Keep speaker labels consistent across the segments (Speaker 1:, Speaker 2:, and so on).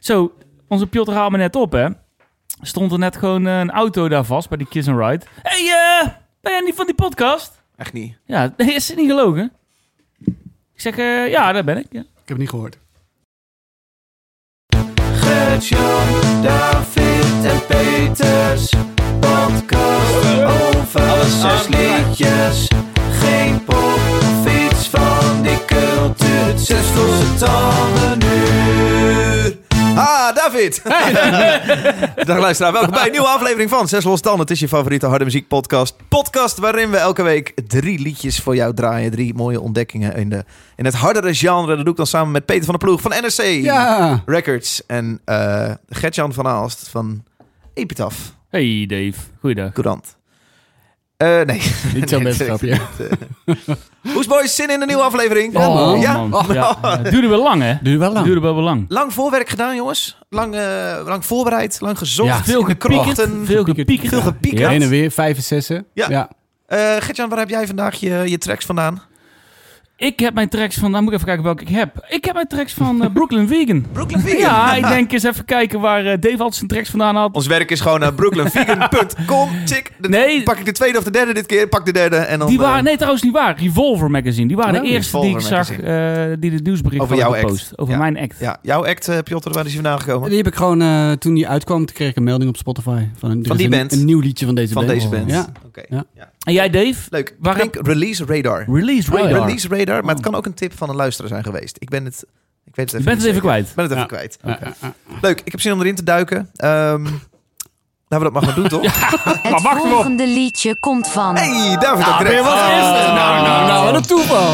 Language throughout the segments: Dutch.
Speaker 1: Zo, onze Piotr haalde me net op, hè. Stond er net gewoon eh, een auto daar vast bij die Kiss and Ride. Hé, hey, eh, ben jij niet van die podcast?
Speaker 2: Echt niet.
Speaker 1: Ja, nee, is het niet gelogen? Ik zeg, eh, ja, daar ben ik. Ja.
Speaker 3: Ik heb het niet gehoord.
Speaker 4: Gert-Jan, David en Peters. Podcast over zes liedjes. Geen pop of iets van die cultuur. Zes losse tanden uur.
Speaker 2: Ah, David! Dag luisteraar, welkom bij een nieuwe aflevering van Zes Los Tanden. Het is je favoriete harde muziek podcast. Podcast waarin we elke week drie liedjes voor jou draaien. Drie mooie ontdekkingen in, de, in het hardere genre. Dat doe ik dan samen met Peter van der Ploeg van NRC
Speaker 3: Ja.
Speaker 2: Records. En eh Gertjan van Aalst van Epitaph
Speaker 1: Hey Dave, goeiedag.
Speaker 2: Courant. Eh, nee. eh.
Speaker 3: Niet zo'n wedstrijdje.
Speaker 2: Hoes boys, zin in een nieuwe aflevering?
Speaker 3: Ja, Oh, man.
Speaker 2: ja?
Speaker 1: Oh, man. Ja, ja, het duurde wel lang, hè?
Speaker 3: Duurt wel lang.
Speaker 1: Duurde wel wel lang.
Speaker 2: Lang voorwerk gedaan, jongens. Lang, eh, lang voorbereid, lang gezocht.
Speaker 3: Ja.
Speaker 1: Veel
Speaker 2: in de
Speaker 1: gepiekerd,
Speaker 2: krochten.
Speaker 1: veel gepiekerd.
Speaker 2: Veel gepiekerd.
Speaker 3: Heen en weer, vijf en zessen.
Speaker 2: Ja.
Speaker 3: ja.
Speaker 2: Eh, Gertjan, waar heb jij vandaag je, je tracks vandaan?
Speaker 1: Ik heb mijn tracks van, nou moet ik even kijken welke ik heb. Ik heb mijn tracks van eh, Brooklyn Vegan.
Speaker 2: Brooklyn Vegan.
Speaker 1: Ja, ik denk eens even kijken waar eh, Dave altijd zijn tracks vandaan had.
Speaker 2: Ons werk is gewoon naar brooklynvegan.com. Tik. De-
Speaker 1: Nee.
Speaker 2: Pak ik de tweede of de derde dit keer? Pak de derde. En dan,
Speaker 1: Die
Speaker 2: eh,
Speaker 1: waren, nee trouwens niet waar, Revolver Magazine. Die waren
Speaker 3: Oh,
Speaker 1: de eerste die ik
Speaker 2: Revolver
Speaker 1: zag, eh, die de nieuwsbericht hadden
Speaker 2: Over jouw act.
Speaker 1: gepost. Over
Speaker 2: Ja.
Speaker 1: mijn act.
Speaker 2: Ja, jouw act, eh, Piotr, waar is die vandaan gekomen?
Speaker 3: Die heb ik gewoon, eh, toen die uitkwam, toen kreeg ik een melding op Spotify. Van, een, er
Speaker 2: Van
Speaker 3: is
Speaker 2: die
Speaker 3: een,
Speaker 2: band?
Speaker 3: Een nieuw liedje van deze
Speaker 2: Van
Speaker 3: band.
Speaker 2: deze band.
Speaker 3: Ja.
Speaker 2: Oké.
Speaker 3: Ja.
Speaker 1: En jij Dave?
Speaker 2: Leuk.
Speaker 1: Waar
Speaker 2: Klink Release Radar.
Speaker 1: Release
Speaker 3: Oh, ja.
Speaker 1: Radar.
Speaker 2: Release Radar, maar het kan ook een tip van een luisteraar zijn geweest. Ik ben het, ik weet het even
Speaker 1: Je bent
Speaker 2: niet
Speaker 1: het even
Speaker 2: zeker.
Speaker 1: kwijt.
Speaker 2: Ik ben het even
Speaker 3: Ja.
Speaker 2: kwijt.
Speaker 3: Ja, ja, ja.
Speaker 2: Leuk, ik heb zin om erin te duiken. Ehm laten we dat maar gaan doen, toch?
Speaker 1: Maar
Speaker 5: Het
Speaker 1: wacht nog.
Speaker 5: volgende liedje komt van.
Speaker 2: Hey, David ah, Drecht.
Speaker 1: Nou, nou, nou.
Speaker 3: wat een toeval.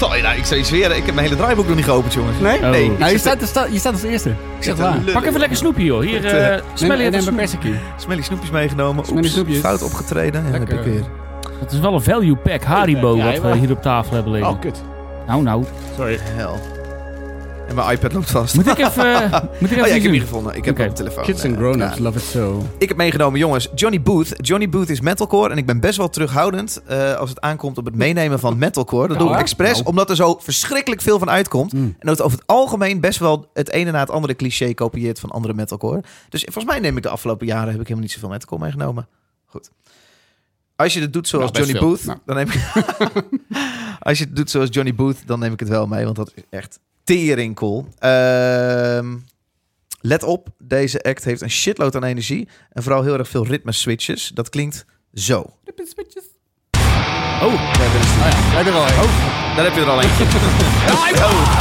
Speaker 2: Sorry, nou, ik zou je zweren, ik heb mijn hele draaiboek nog niet geopend, jongens.
Speaker 3: Nee?
Speaker 1: Oh.
Speaker 2: Nee.
Speaker 3: Nou, je staat, je staat, je staat als eerste. Ik zeg waar.
Speaker 1: Pak even lekker snoepje joh. Hier,
Speaker 2: Goed, eh,
Speaker 1: eh smel je
Speaker 3: en
Speaker 1: dat
Speaker 3: een
Speaker 1: snoep.
Speaker 3: persikkie.
Speaker 2: Smelly snoepjes meegenomen.
Speaker 3: Smelly
Speaker 2: Oeps,
Speaker 3: snoepjes.
Speaker 2: fout opgetreden. Ja, heb
Speaker 3: Lekker.
Speaker 2: ik weer.
Speaker 1: Het is wel een value pack Haribo
Speaker 3: Ja,
Speaker 1: wat we
Speaker 3: ja.
Speaker 1: hier op tafel hebben liggen.
Speaker 3: Oh, kut.
Speaker 1: Nou, nou.
Speaker 2: Hel. En mijn iPad loopt vast.
Speaker 1: Moet ik even... eh, moet ik even iets
Speaker 2: Oh ja, ik heb
Speaker 1: doen?
Speaker 2: die gevonden. Ik heb
Speaker 1: Oké.
Speaker 2: hem op mijn telefoon.
Speaker 3: Kids and
Speaker 2: Eh,
Speaker 3: grown-ups
Speaker 2: ja.
Speaker 3: love it so.
Speaker 2: Ik heb meegenomen, jongens, Johnny Booth. Johnny Booth is metalcore en ik ben best wel terughoudend eh, als het aankomt op het meenemen van metalcore. Dat doe ik
Speaker 3: Ja. Nou.
Speaker 2: expres, omdat er zo verschrikkelijk veel van uitkomt.
Speaker 3: Mm.
Speaker 2: En dat het over het algemeen best wel het ene na het andere cliché kopieert van andere metalcore. Dus volgens mij neem ik de afgelopen jaren heb ik helemaal niet zoveel metalcore meegenomen. Goed. Als je het doet zoals
Speaker 3: Nou, best
Speaker 2: Johnny Booth,
Speaker 3: veel. Nou.
Speaker 2: dan neem ik... Als je het doet zoals Johnny Booth, dan neem ik het wel mee, want dat is echt tering cool. Ehm, let op, deze act heeft een shitload aan energie en vooral heel erg veel ritme switches. Dat klinkt zo.
Speaker 3: Oh, ja, dat is Hij er al
Speaker 2: Oh, Daar heb je er al eentje. Oh.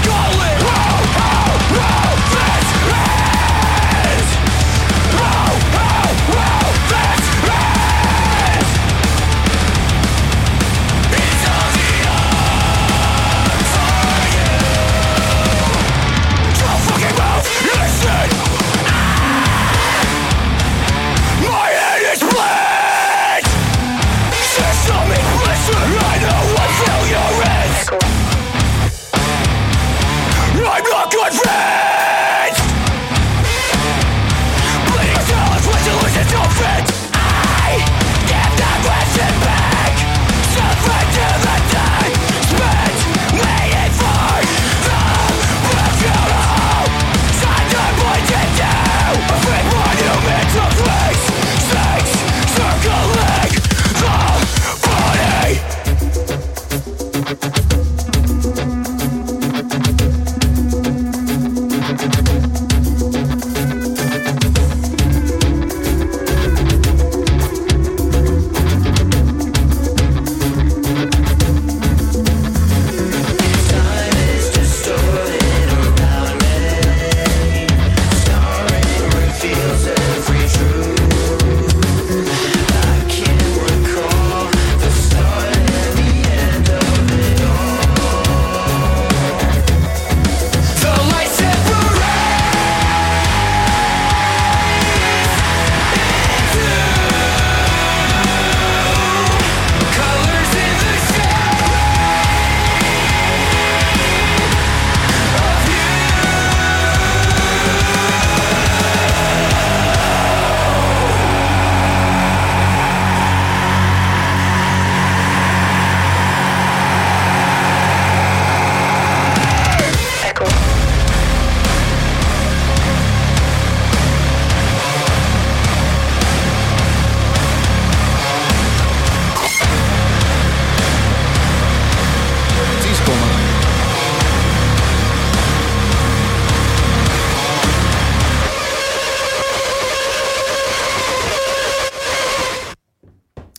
Speaker 6: Calling! Wow, wow, wow, that's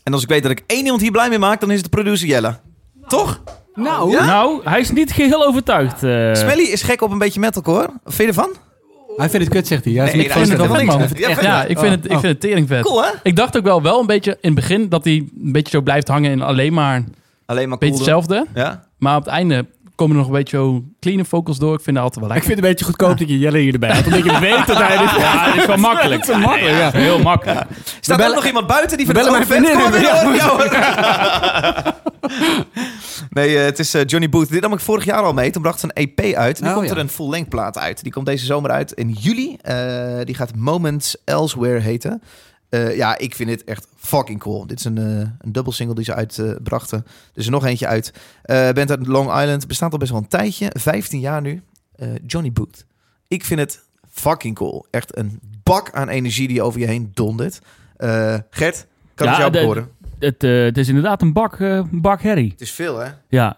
Speaker 2: En als ik weet dat ik één iemand hier blij mee maak, dan is het de producer Jelle. Toch?
Speaker 3: Nou,
Speaker 2: Ja?
Speaker 1: Nou, hij is niet geheel overtuigd. eh.
Speaker 2: Smelly is gek op een beetje metalcore. Wat vind je ervan?
Speaker 3: hij vindt het kut, zegt hij. Ja, is
Speaker 2: Nee,
Speaker 3: niks
Speaker 2: nee,
Speaker 3: van
Speaker 2: dat
Speaker 3: hem.
Speaker 2: is helemaal niks.
Speaker 3: Man.
Speaker 2: Ja,
Speaker 5: Echt,
Speaker 2: vet,
Speaker 5: ja,
Speaker 2: hè?
Speaker 5: ik vind het, ik
Speaker 3: Oh.
Speaker 5: vind het teringvet.
Speaker 2: Cool, hè?
Speaker 5: Ik dacht ook wel, wel een beetje in het begin dat hij een beetje zo blijft hangen en alleen maar een
Speaker 2: Alleen maar cool
Speaker 5: beetje hetzelfde.
Speaker 2: doen. Ja?
Speaker 5: Maar op het einde komen er nog een beetje zo clean vocals door. Ik vind dat altijd wel
Speaker 3: Ik
Speaker 5: lekker.
Speaker 3: vind het een beetje goedkoop dat je Jelle hierbij had. Omdat je weet dat hij dit...
Speaker 1: Ja, dat is wel makkelijk. Nee, dat is Heel makkelijk.
Speaker 2: Staat er
Speaker 3: bellen-
Speaker 2: ook nog iemand buiten die
Speaker 3: we
Speaker 2: vindt het ook
Speaker 3: bellen
Speaker 2: vet?
Speaker 3: mijn
Speaker 2: Kom maar
Speaker 3: vriendin
Speaker 2: binnen, hoor. Ja, hoor. nee, eh, het is eh, Johnny Booth. Dit nam ik vorig jaar al mee. Toen bracht ze een EP uit. Nu
Speaker 3: Oh,
Speaker 2: komt er
Speaker 3: ja.
Speaker 2: een full-length plaat uit. Die komt deze zomer uit in juli. Eh, die gaat Moments Elsewhere heten. Eh, ja, ik vind dit echt fucking cool. Dit is een, eh een dubbel single die ze uitbrachten. er is er nog eentje uit. Eh band uit Long Island. Bestaat al best wel een tijdje. 15 jaar nu. Eh, Johnny Booth. Ik vind het fucking cool. Echt een bak aan energie die over je heen dondert. Eh, Gert, kan
Speaker 1: Ja,
Speaker 2: het jou
Speaker 1: de-
Speaker 2: behoren?
Speaker 1: Het, eh, het is inderdaad een bak, eh, een bak herrie.
Speaker 2: Het is veel, hè?
Speaker 1: Ja.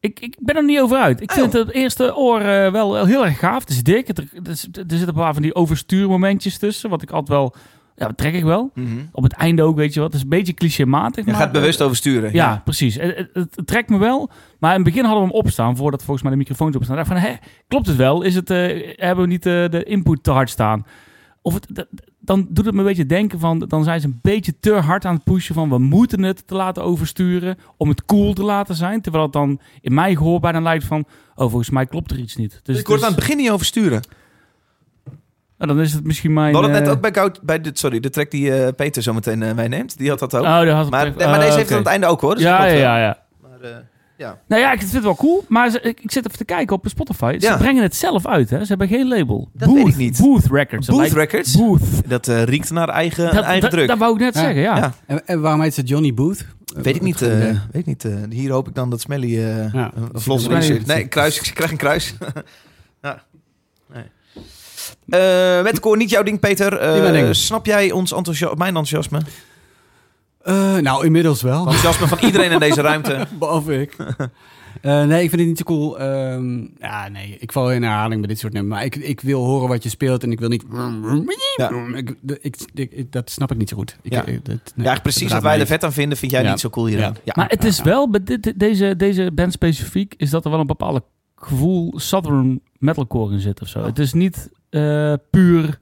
Speaker 1: Ik, ik ben er niet over uit. Ik
Speaker 2: Oh.
Speaker 1: vind het eerste oor eh, wel, wel heel erg gaaf. Het is dik. Het, er, het is- er zitten een paar van die overstuurmomentjes tussen. Wat ik altijd wel... Ja, dat trek ik wel.
Speaker 2: Mhm.
Speaker 1: Op het einde ook, weet je wat. Het is een beetje clichématig.
Speaker 2: Je
Speaker 1: maar- eh,
Speaker 2: gaat bewust oversturen.
Speaker 1: Ja, precies. Het, het- het- het trekt me wel. Maar in het begin hadden we hem opstaan, voordat volgens mij de microfoons opstaan. Dacht van, hè, klopt het wel? Is het, eh, hebben we niet eh, de input te hard staan? Of het, dat- dan doet het me een beetje denken van, dan zijn ze een beetje te hard aan het pushen van, we moeten het te laten oversturen om het cool te laten zijn. Terwijl het dan in mijn gehoor bijna lijkt van, oh, volgens mij klopt er iets niet. Dus,
Speaker 2: ik hoorde
Speaker 1: dus-
Speaker 2: aan het begin niet oversturen.
Speaker 1: nou, dan is het misschien mijn...
Speaker 2: We hadden het
Speaker 1: eh,
Speaker 2: net ook bij, Goud, bij de, sorry, de track die eh, Peter zometeen eh, meeneemt. Die had dat ook.
Speaker 1: oh, daar had ik-
Speaker 2: maar,
Speaker 1: eh,
Speaker 2: nee, maar deze
Speaker 1: oké.
Speaker 2: heeft het aan het einde ook, hoor. Dus dat
Speaker 1: Ja,
Speaker 2: klopt
Speaker 1: ja,
Speaker 2: wel.
Speaker 1: ja, ja.
Speaker 2: Maar, eh,
Speaker 1: Nou ja, ik vind het wel cool, maar ze- ik, ik zit even te kijken op Spotify. Ze
Speaker 2: Ja.
Speaker 1: brengen het zelf uit, hè? Ze hebben geen label.
Speaker 2: Dat weet ik niet.
Speaker 1: Booth Records. Dat
Speaker 2: Booth
Speaker 1: lijkt-
Speaker 2: Records.
Speaker 1: Booth.
Speaker 2: dat eh, riekt naar eigen,
Speaker 1: Dat,
Speaker 2: eigen
Speaker 1: dat-
Speaker 2: druk.
Speaker 1: dat wou ik net
Speaker 3: Ja.
Speaker 1: zeggen, ja.
Speaker 2: Ja.
Speaker 3: En, en waarom heet ze Johnny Booth?
Speaker 2: weet ik niet.
Speaker 3: Het
Speaker 2: eh,
Speaker 3: goede-
Speaker 2: weet ik niet eh, hier hoop ik dan dat Smelly eh,
Speaker 3: Ja.
Speaker 2: een vlos
Speaker 1: Nee.
Speaker 2: nee, nee, kruis. Ik krijg een kruis. ja. nee. Eh, Wetcore, niet jouw ding, Peter. Eh,
Speaker 3: Niet mijn ding. Oh.
Speaker 2: Snap jij ons enthousiasme, mijn enthousiasme?
Speaker 3: Eh, nou, inmiddels wel.
Speaker 2: Enthousiasme van iedereen in deze ruimte.
Speaker 3: Behalve ik. Eh, nee, ik vind het niet zo cool. Ehm, ja, nee, ik val in herhaling bij dit soort nummers. Maar ik, ik wil horen wat je speelt en ik wil niet...
Speaker 2: Ja.
Speaker 3: Ik, ik, ik- dat snap ik niet zo goed. Ik,
Speaker 2: Ja.
Speaker 3: eh, dat- nee,
Speaker 2: Ja, precies
Speaker 3: dat
Speaker 2: wat
Speaker 3: raakt
Speaker 2: wij
Speaker 3: me
Speaker 2: er
Speaker 3: niet.
Speaker 2: vet aan vinden, vind jij
Speaker 3: Ja.
Speaker 2: niet zo cool hieraan.
Speaker 3: Ja.
Speaker 2: Ja.
Speaker 1: Maar het is wel, bij dit- dit- deze, deze band specifiek, is dat er wel een bepaalde gevoel Southern metalcore in zit of zo. Het is niet eh, puur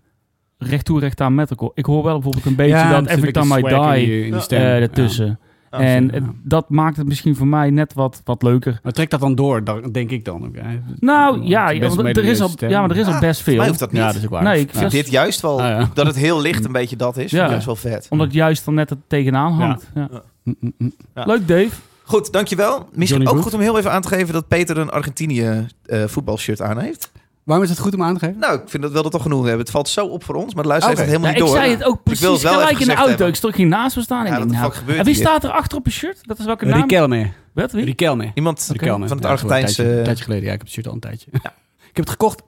Speaker 1: recht toe, recht aan metalcore. Ik hoor wel bijvoorbeeld een beetje
Speaker 3: Ja,
Speaker 1: dat
Speaker 3: er zit
Speaker 1: Every
Speaker 3: een
Speaker 1: Time I
Speaker 3: beetje swag in
Speaker 1: Die
Speaker 3: die- in die
Speaker 2: Ja.
Speaker 3: stem.
Speaker 1: eh,
Speaker 3: Ja.
Speaker 1: ertussen.
Speaker 2: Ja.
Speaker 1: en
Speaker 3: Ja.
Speaker 1: eh, dat maakt het misschien voor mij net wat, wat leuker.
Speaker 3: Maar trek dat dan door, dan denk ik dan. ook, hè.
Speaker 1: Nou
Speaker 3: Het
Speaker 1: ja,
Speaker 3: is
Speaker 1: ja,
Speaker 3: best
Speaker 1: want er is
Speaker 3: melodieus
Speaker 1: al,
Speaker 3: stem.
Speaker 1: ja, maar er is al
Speaker 2: Ah,
Speaker 1: best
Speaker 2: Voor
Speaker 1: veel.
Speaker 2: mij hoeft dat niet.
Speaker 3: Ja, dat is ook waar.
Speaker 1: Nee, ik
Speaker 3: Ja.
Speaker 1: vind-
Speaker 2: Dit juist wel,
Speaker 3: Ah, ja.
Speaker 2: dat het heel licht een beetje dat is,
Speaker 1: Ja.
Speaker 2: ja. dat is wel vet.
Speaker 1: Omdat het juist dan net het tegenaan hangt. Ja.
Speaker 3: Mm, mm, mm.
Speaker 2: Ja.
Speaker 1: Leuk, Dave.
Speaker 2: Goed, dankjewel. Misschien
Speaker 3: Johnny
Speaker 2: ook
Speaker 3: Booth.
Speaker 2: goed om heel even aan te geven dat Peter een Argentinië eh, voetbalshirt aan heeft.
Speaker 3: Waarom is het goed om aan te geven?
Speaker 2: Nou, ik vind dat wel dat toch genoeg hebben. Het valt zo op voor ons, maar de luisteraar
Speaker 3: Oké.
Speaker 2: heeft het
Speaker 1: Ja, Nou, ik
Speaker 2: helemaal
Speaker 1: zei
Speaker 2: niet
Speaker 1: het ook
Speaker 2: wil het
Speaker 1: precies
Speaker 2: wel
Speaker 1: gelijk
Speaker 2: even
Speaker 1: in de
Speaker 2: gezegd
Speaker 1: auto.
Speaker 2: hebben.
Speaker 1: Ik stond hier naast me staan.
Speaker 2: Ja,
Speaker 1: en ik
Speaker 2: wat
Speaker 1: denk,
Speaker 2: de
Speaker 1: nou,
Speaker 2: fuck gebeurt
Speaker 1: en wie
Speaker 2: hier?
Speaker 1: staat er achter op je shirt? Dat is welke naam?
Speaker 3: Riquelme.
Speaker 1: Wat, wie?
Speaker 3: Riquelme.
Speaker 2: door. Iemand
Speaker 3: Riquelme.
Speaker 2: van het
Speaker 3: Ja, dat is wel een
Speaker 2: Argentijnse
Speaker 3: tijdje- Een
Speaker 2: eh,
Speaker 3: tijdje geleden, ja. Ik heb het shirt al een tijdje. Ik heb het gekocht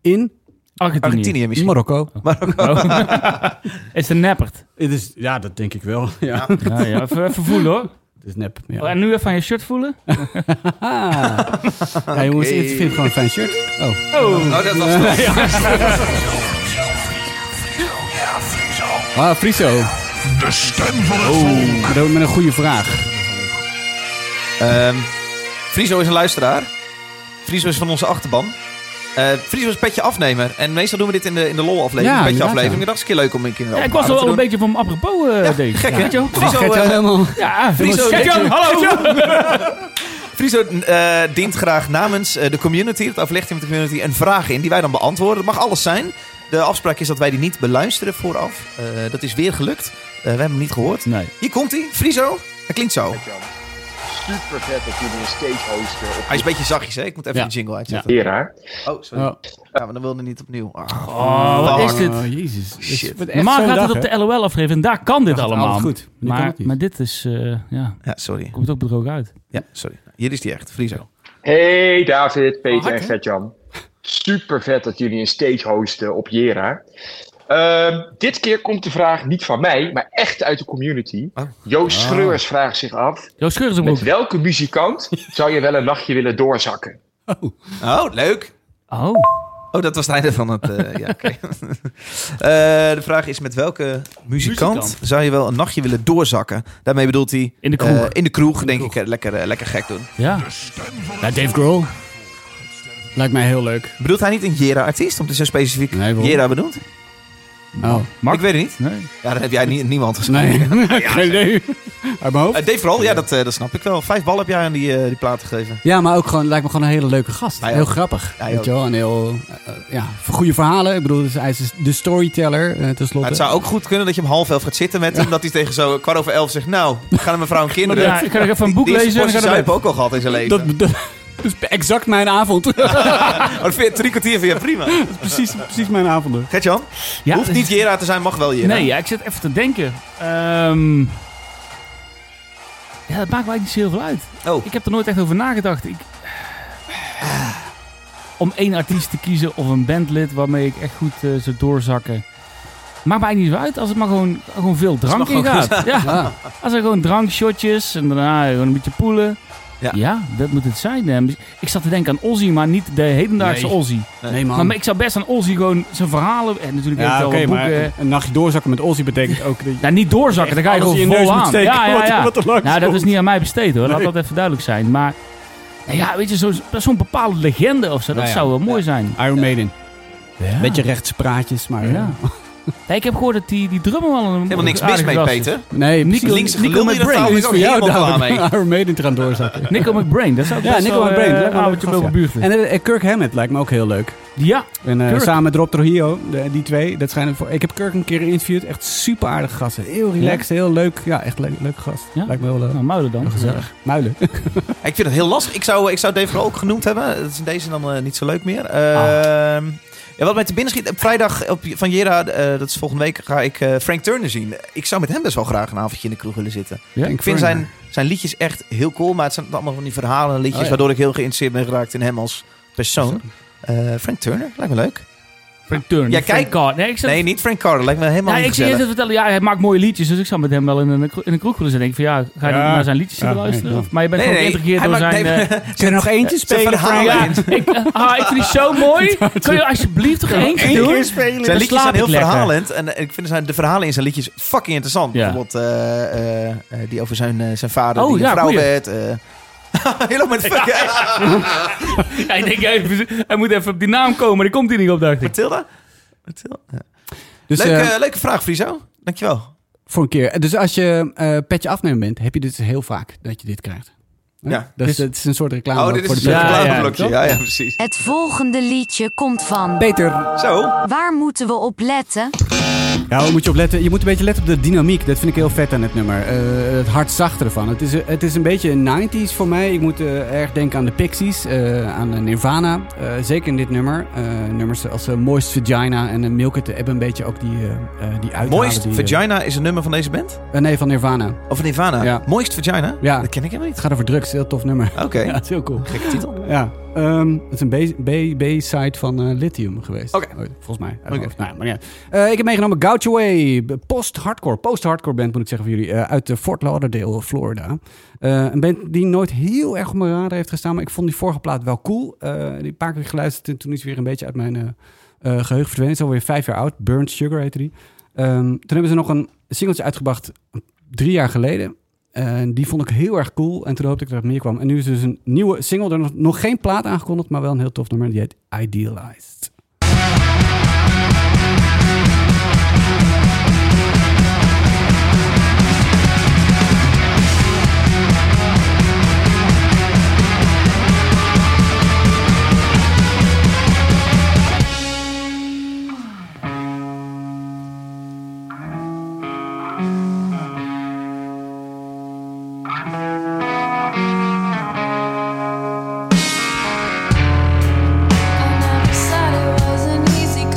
Speaker 3: in
Speaker 1: Argentinië.
Speaker 2: Argentinië misschien.
Speaker 3: Marokko.
Speaker 1: Oh. is een neppert.
Speaker 3: Het is, ja, dat denk ik wel. Ja.
Speaker 1: Ja, ja, even, even voelen hoor.
Speaker 3: Het is nep.
Speaker 1: Oh,
Speaker 3: Ja.
Speaker 1: en nu even aan je shirt voelen.
Speaker 3: Ah. ja, jongens, ik vind het gewoon een fijn shirt. Oh.
Speaker 2: Oh, dat was het.
Speaker 3: Ah, Friso. Oh.
Speaker 6: De stem van het volk.
Speaker 3: Met een- met een goede vraag.
Speaker 2: Ehm, Friso is een luisteraar. Friso is van onze achterban. Eh Friso is petje afnemer. En meestal doen we dit in de, in de lol-aflevering.
Speaker 3: Ja,
Speaker 2: petje
Speaker 3: inderdaad,
Speaker 2: aflevering.
Speaker 3: ja.
Speaker 2: Ik dacht, het is een keer leuk om een keer
Speaker 1: Ja, ik was er wel een beetje van apropos, eh Dave.
Speaker 2: gek, hè?
Speaker 1: Weet je wel?
Speaker 2: Friso,
Speaker 3: Gert-Jan
Speaker 2: eh,
Speaker 3: helemaal.
Speaker 1: Ja,
Speaker 2: Friso,
Speaker 1: Gert-Jan, hallo!
Speaker 2: Friso eh, dient graag namens eh, de community, het aflichting met de community, een vraag in die wij dan beantwoorden. Het mag alles zijn. De afspraak is dat wij die niet beluisteren vooraf. Eh, dat is weer gelukt. Eh, we hebben hem niet gehoord.
Speaker 1: Nee.
Speaker 2: Hier komt hij, Friso. Hij klinkt zo.
Speaker 7: Jan. Super vet dat jullie een stage hosten op
Speaker 2: Hij is een beetje zachtjes, hè? Ik moet even
Speaker 3: Ja.
Speaker 2: de jingle uitzetten.
Speaker 7: leraar.
Speaker 2: Oh, sorry.
Speaker 3: Oh.
Speaker 2: Ja, maar dan wilde hij niet opnieuw. Ah.
Speaker 1: Oh, wat is dit?
Speaker 3: Oh, jezus. Het is-
Speaker 2: Shit.
Speaker 3: wordt echt
Speaker 1: Normaal
Speaker 3: zo'n
Speaker 1: gaat
Speaker 3: dag,
Speaker 1: het op
Speaker 3: hè?
Speaker 1: de LOL-aflevering en daar kan dit
Speaker 3: Gaat
Speaker 1: allemaal.
Speaker 3: altijd goed. Nu kan
Speaker 1: Maar,
Speaker 3: het niet.
Speaker 1: maar dit is, eh, ja,
Speaker 2: Ja, sorry.
Speaker 1: komt ook bedroog uit.
Speaker 2: Ja, sorry. Hier is hij echt, Friso.
Speaker 7: Hey David, Peter
Speaker 1: hard,
Speaker 7: en
Speaker 1: hè?
Speaker 7: Gert-Jan. Super vet dat jullie een stage hosten op Jera. Ehm, dit keer komt de vraag niet van mij, maar echt uit de community.
Speaker 2: Oh.
Speaker 7: Joost Schreurs vraagt zich af:
Speaker 1: Jouw scheur is een broek.
Speaker 7: met welke muzikant zou je wel een nachtje willen doorzakken?
Speaker 2: Oh, leuk.
Speaker 1: Oh.
Speaker 2: Oh, dat was het einde van het... eh, ja, oké. Eh, de vraag is, met welke muzikant,
Speaker 1: Muzikant.
Speaker 2: zou je wel een nachtje willen doorzakken? Daarmee bedoelt hij...
Speaker 1: In de kroeg.
Speaker 2: eh, in de kroeg, denk ik. eh, lekker, eh, lekker gek doen.
Speaker 1: Ja.
Speaker 3: Ja, Dave Grohl. Lijkt mij heel leuk.
Speaker 2: Bedoelt hij niet een Jera-artiest? Om te zijn specifiek
Speaker 3: Nee, waarom?
Speaker 2: Jera bedoeld?
Speaker 3: Oh.
Speaker 2: Ik weet het niet.
Speaker 1: Nee.
Speaker 2: Ja, dat heb jij ni- niemand gezegd.
Speaker 3: Nee, geen idee. Uit mijn hoofd.
Speaker 2: Eh, Dave vooral, ja, dat, eh, dat snap ik wel. Vijf bal heb jij aan die, eh, die plaat gegeven.
Speaker 3: Ja, maar ook gewoon, lijkt me gewoon een hele leuke gast.
Speaker 2: Hij
Speaker 3: heel
Speaker 2: ook.
Speaker 3: grappig.
Speaker 2: Hij
Speaker 3: weet je wel, en heel, eh, eh, ja, voor goede verhalen. Ik bedoel, dus hij is de storyteller eh
Speaker 2: Maar
Speaker 3: tenslotte.
Speaker 2: het zou ook goed kunnen dat je om half elf gaat zitten met hem. Dat hij tegen zo kwart over elf zegt, nou, we gaan naar mevrouw en kinderen.
Speaker 1: Ja, ik ga nog even een boek
Speaker 2: Die eerste
Speaker 1: lezen en dan
Speaker 2: portie
Speaker 1: ga ik
Speaker 2: zuipen ook al gehad in zijn leven.
Speaker 3: dat, dat is exact mijn avond.
Speaker 2: Maar Oh, dat vind je- drie kwartier vind je prima.
Speaker 3: precies, precies mijn avonden.
Speaker 2: Gert-Jan,
Speaker 1: Ja,
Speaker 2: hoeft niet Jera te zijn, mag wel Jera.
Speaker 1: Nee, ja, ik zit even te denken. Ehm, ja, dat maakt me eigenlijk niet zo heel veel uit.
Speaker 2: Oh.
Speaker 1: Ik heb er nooit echt over nagedacht. Ik, eh, om één artiest te kiezen of een bandlid waarmee ik echt goed eh zou doorzakken. Maakt mij eigenlijk niet zo uit als het maar gewoon, gewoon veel drank in gaat. Ja,
Speaker 3: Ja.
Speaker 1: als er gewoon drankshotjes en daarna gewoon een beetje poelen.
Speaker 2: Ja.
Speaker 1: Ja, dat moet het zijn. hè. Ik zat te denken aan Ozzy, maar niet de hedendaagse
Speaker 3: Nee.
Speaker 1: Ozzy.
Speaker 3: Nee, man.
Speaker 1: Maar ik zou best aan Ozzy gewoon zijn verhalen... En natuurlijk heeft
Speaker 3: ja,
Speaker 1: hij
Speaker 3: oké,
Speaker 1: wel wat
Speaker 3: maar
Speaker 1: boeken...
Speaker 3: een, een nachtje doorzakken met Ozzy betekent ook dat je
Speaker 1: Nou, niet doorzakken, dan ga je
Speaker 3: alles
Speaker 1: gewoon
Speaker 3: in je neus
Speaker 1: vol
Speaker 3: moet
Speaker 1: aan.
Speaker 3: steken.
Speaker 1: ja, ja,
Speaker 3: wat-
Speaker 1: ja.
Speaker 3: wat er langs
Speaker 1: nou, dat is
Speaker 3: komt.
Speaker 1: niet aan mij besteed hoor, laat
Speaker 3: Nee.
Speaker 1: dat even duidelijk zijn. Maar nou ja, weet je, zo- zo'n bepaalde legende of zo, dat
Speaker 3: Nou Ja, ja.
Speaker 1: zou wel mooi zijn.
Speaker 3: Iron Maiden.
Speaker 1: Ja.
Speaker 3: Beetje rechts praatjes, maar... eh,
Speaker 1: Ja. Nee, ik heb gehoord dat die, die drummer wel een
Speaker 2: Helemaal niks mis
Speaker 1: aardige
Speaker 2: mee,
Speaker 1: gast is.
Speaker 2: Peter.
Speaker 3: Nee,
Speaker 1: Nico-
Speaker 3: precies.
Speaker 2: Links gelul
Speaker 3: McBrain.
Speaker 2: in de taal
Speaker 3: Die
Speaker 2: is ook helemaal klaar mee.
Speaker 3: dadelijk Iron Maiden te gaan doorzakken.
Speaker 1: Nico McBrain, dat zou ik
Speaker 3: Ja,
Speaker 1: best
Speaker 3: Nico
Speaker 1: wel,
Speaker 3: McBrain,
Speaker 1: eh,
Speaker 3: lijkt
Speaker 1: een
Speaker 3: me een
Speaker 1: avondje
Speaker 3: leuke
Speaker 1: mee op de buurt vinden.
Speaker 3: En eh, Kirk Hammett lijkt me ook heel leuk.
Speaker 1: Ja,
Speaker 3: En eh,
Speaker 1: Kirk.
Speaker 3: samen met Rob Trujillo, de- die twee, dat schijnen voor. Ik heb Kirk een keer geïnterviewd. Echt super aardige gasten. Heel relaxed, heel leuk. Ja, echt leuk, leuk gast.
Speaker 1: Ja?
Speaker 3: Lijkt me wel leuk.
Speaker 1: nou, muilen dan.
Speaker 3: gezellig. Muilen.
Speaker 2: Ik vind het heel lastig. Ik zou, ik zou Dave Grohl ook genoemd hebben. Dat is in deze dan eh, niet zo leuk meer.
Speaker 1: Ah.
Speaker 2: Eh, ja, wat mij te binnen schiet. eh, Vrijdag op, van Jera, eh, dat is volgende week, ga ik eh, Frank Turner zien. Ik zou met hem best wel graag een avondje in de kroeg willen zitten.
Speaker 1: Ja?
Speaker 2: Ik vind zijn, zijn liedjes echt heel cool. Maar het zijn allemaal van die verhalen en liedjes...
Speaker 3: Oh, ja.
Speaker 2: waardoor ik heel geïnteresseerd ben geraakt in hem als persoon. Eh, Frank Turner, lijkt me leuk.
Speaker 1: Frank Turner.
Speaker 2: Ja,
Speaker 1: Ja, kijk.
Speaker 2: kijk.
Speaker 1: Nee, ik zat-
Speaker 2: Nee, niet Frank Carter. Lijkt me helemaal
Speaker 1: ja,
Speaker 2: niet
Speaker 1: ik zie je
Speaker 2: gezellig.
Speaker 1: het vertellen, ja, hij maakt mooie liedjes, dus ik zou met hem wel in een, kro- in een kroeg willen zitten. Ik denk van ja, ga je
Speaker 3: Ja.
Speaker 1: naar zijn liedjes zitten
Speaker 3: Ja,
Speaker 1: luisteren?
Speaker 3: nee,
Speaker 1: Of- Maar je bent
Speaker 2: Nee,
Speaker 1: gewoon
Speaker 2: nee.
Speaker 1: geïntrigeerd
Speaker 2: Hij
Speaker 1: door zijn...
Speaker 2: maakt- nee,
Speaker 1: eh,
Speaker 3: Kun je nog eentje
Speaker 2: Zijn
Speaker 3: spelen,
Speaker 2: verhalen
Speaker 3: Frank?
Speaker 2: in.
Speaker 1: Ik, ah, ik vind die zo mooi. Kun je alsjeblieft toch één keer doen?
Speaker 2: Zijn
Speaker 1: Dan
Speaker 2: liedjes
Speaker 1: slaap
Speaker 2: zijn heel
Speaker 1: ik lekker.
Speaker 2: verhalend. En eh, ik vind zijn, de verhalen in zijn liedjes fucking interessant.
Speaker 1: Ja.
Speaker 2: Bijvoorbeeld eh, eh, eh, die over zijn, eh, zijn vader,
Speaker 1: Oh,
Speaker 2: die
Speaker 1: ja,
Speaker 2: een vrouw
Speaker 1: goeie.
Speaker 2: werd. eh. Helemaal met fucking...
Speaker 1: Ja, ik denk, hij, hij moet even op die naam komen. maar Die komt hier niet op, dacht ik.
Speaker 2: Matilda? Matilda? Ja.
Speaker 3: Dus
Speaker 2: leuke,
Speaker 3: eh,
Speaker 2: leuke vraag, Friso. Dankjewel.
Speaker 3: voor een keer. Dus als je eh, petje afnemen bent, heb je dit heel vaak dat je dit krijgt. Hè?
Speaker 2: Ja.
Speaker 3: Dat, is,
Speaker 1: Dus-
Speaker 3: dat is een soort reclame.
Speaker 2: Oh,
Speaker 3: ook
Speaker 2: dit is
Speaker 3: voor
Speaker 2: het
Speaker 3: de petje.
Speaker 1: ja,
Speaker 2: reclameblokje. Ja, ja, precies.
Speaker 8: Het volgende liedje komt van.
Speaker 3: Peter,
Speaker 2: Zo.
Speaker 8: Waar moeten we op letten?
Speaker 3: ja, waar moet je op letten? Je moet een beetje letten op de dynamiek. Dat vind ik heel vet aan het nummer. Eh, het hard zachtere van. Het is, het is een beetje een 90s voor mij. Ik moet eh, erg denken aan de Pixies, eh, aan Nirvana. Eh, zeker in dit nummer. Eh, nummers als eh, Moist Vagina en eh, Milk It hebben een beetje ook die, eh eh, die uithalen.
Speaker 2: Moist
Speaker 3: die, eh,
Speaker 2: Vagina is een nummer van deze band?
Speaker 3: eh, nee, van Nirvana.
Speaker 2: Of Nirvana?
Speaker 3: Ja.
Speaker 2: Moist Vagina?
Speaker 3: Ja.
Speaker 2: Dat ken ik helemaal niet.
Speaker 3: Het gaat over drugs. Heel tof nummer.
Speaker 2: Oké.
Speaker 3: Ja, het is heel cool.
Speaker 2: Gekke titel.
Speaker 3: Ja, ehm, het is een B- B- B-side van eh, Lithium geweest.
Speaker 2: Oké.
Speaker 3: Ooit, Volgens mij. Uit
Speaker 2: Oké.
Speaker 3: mijn hoofd. Nou, ja, maar ja. Eh, ik heb meegenomen Gouge Away, post-hardcore, post-hardcore band moet ik zeggen voor jullie, eh, uit eh, Fort Lauderdale, Florida. Eh, een band die nooit heel erg op mijn radar heeft gestaan, maar ik vond die vorige plaat wel cool. Eh, die heb ik een paar keer geluisterd en toen is het weer een beetje uit mijn eh, eh, geheugen verdwenen. Het is alweer vijf jaar oud, Burnt Sugar heette die. Ehm, toen hebben ze nog een singeltje uitgebracht drie jaar geleden. En die vond ik heel erg cool. En toen hoopte ik dat er meer kwam. En nu is dus een nieuwe single. Er nog, nog geen plaat aangekondigd, maar wel een heel tof nummer. Die heet Idealized.
Speaker 9: Another shadow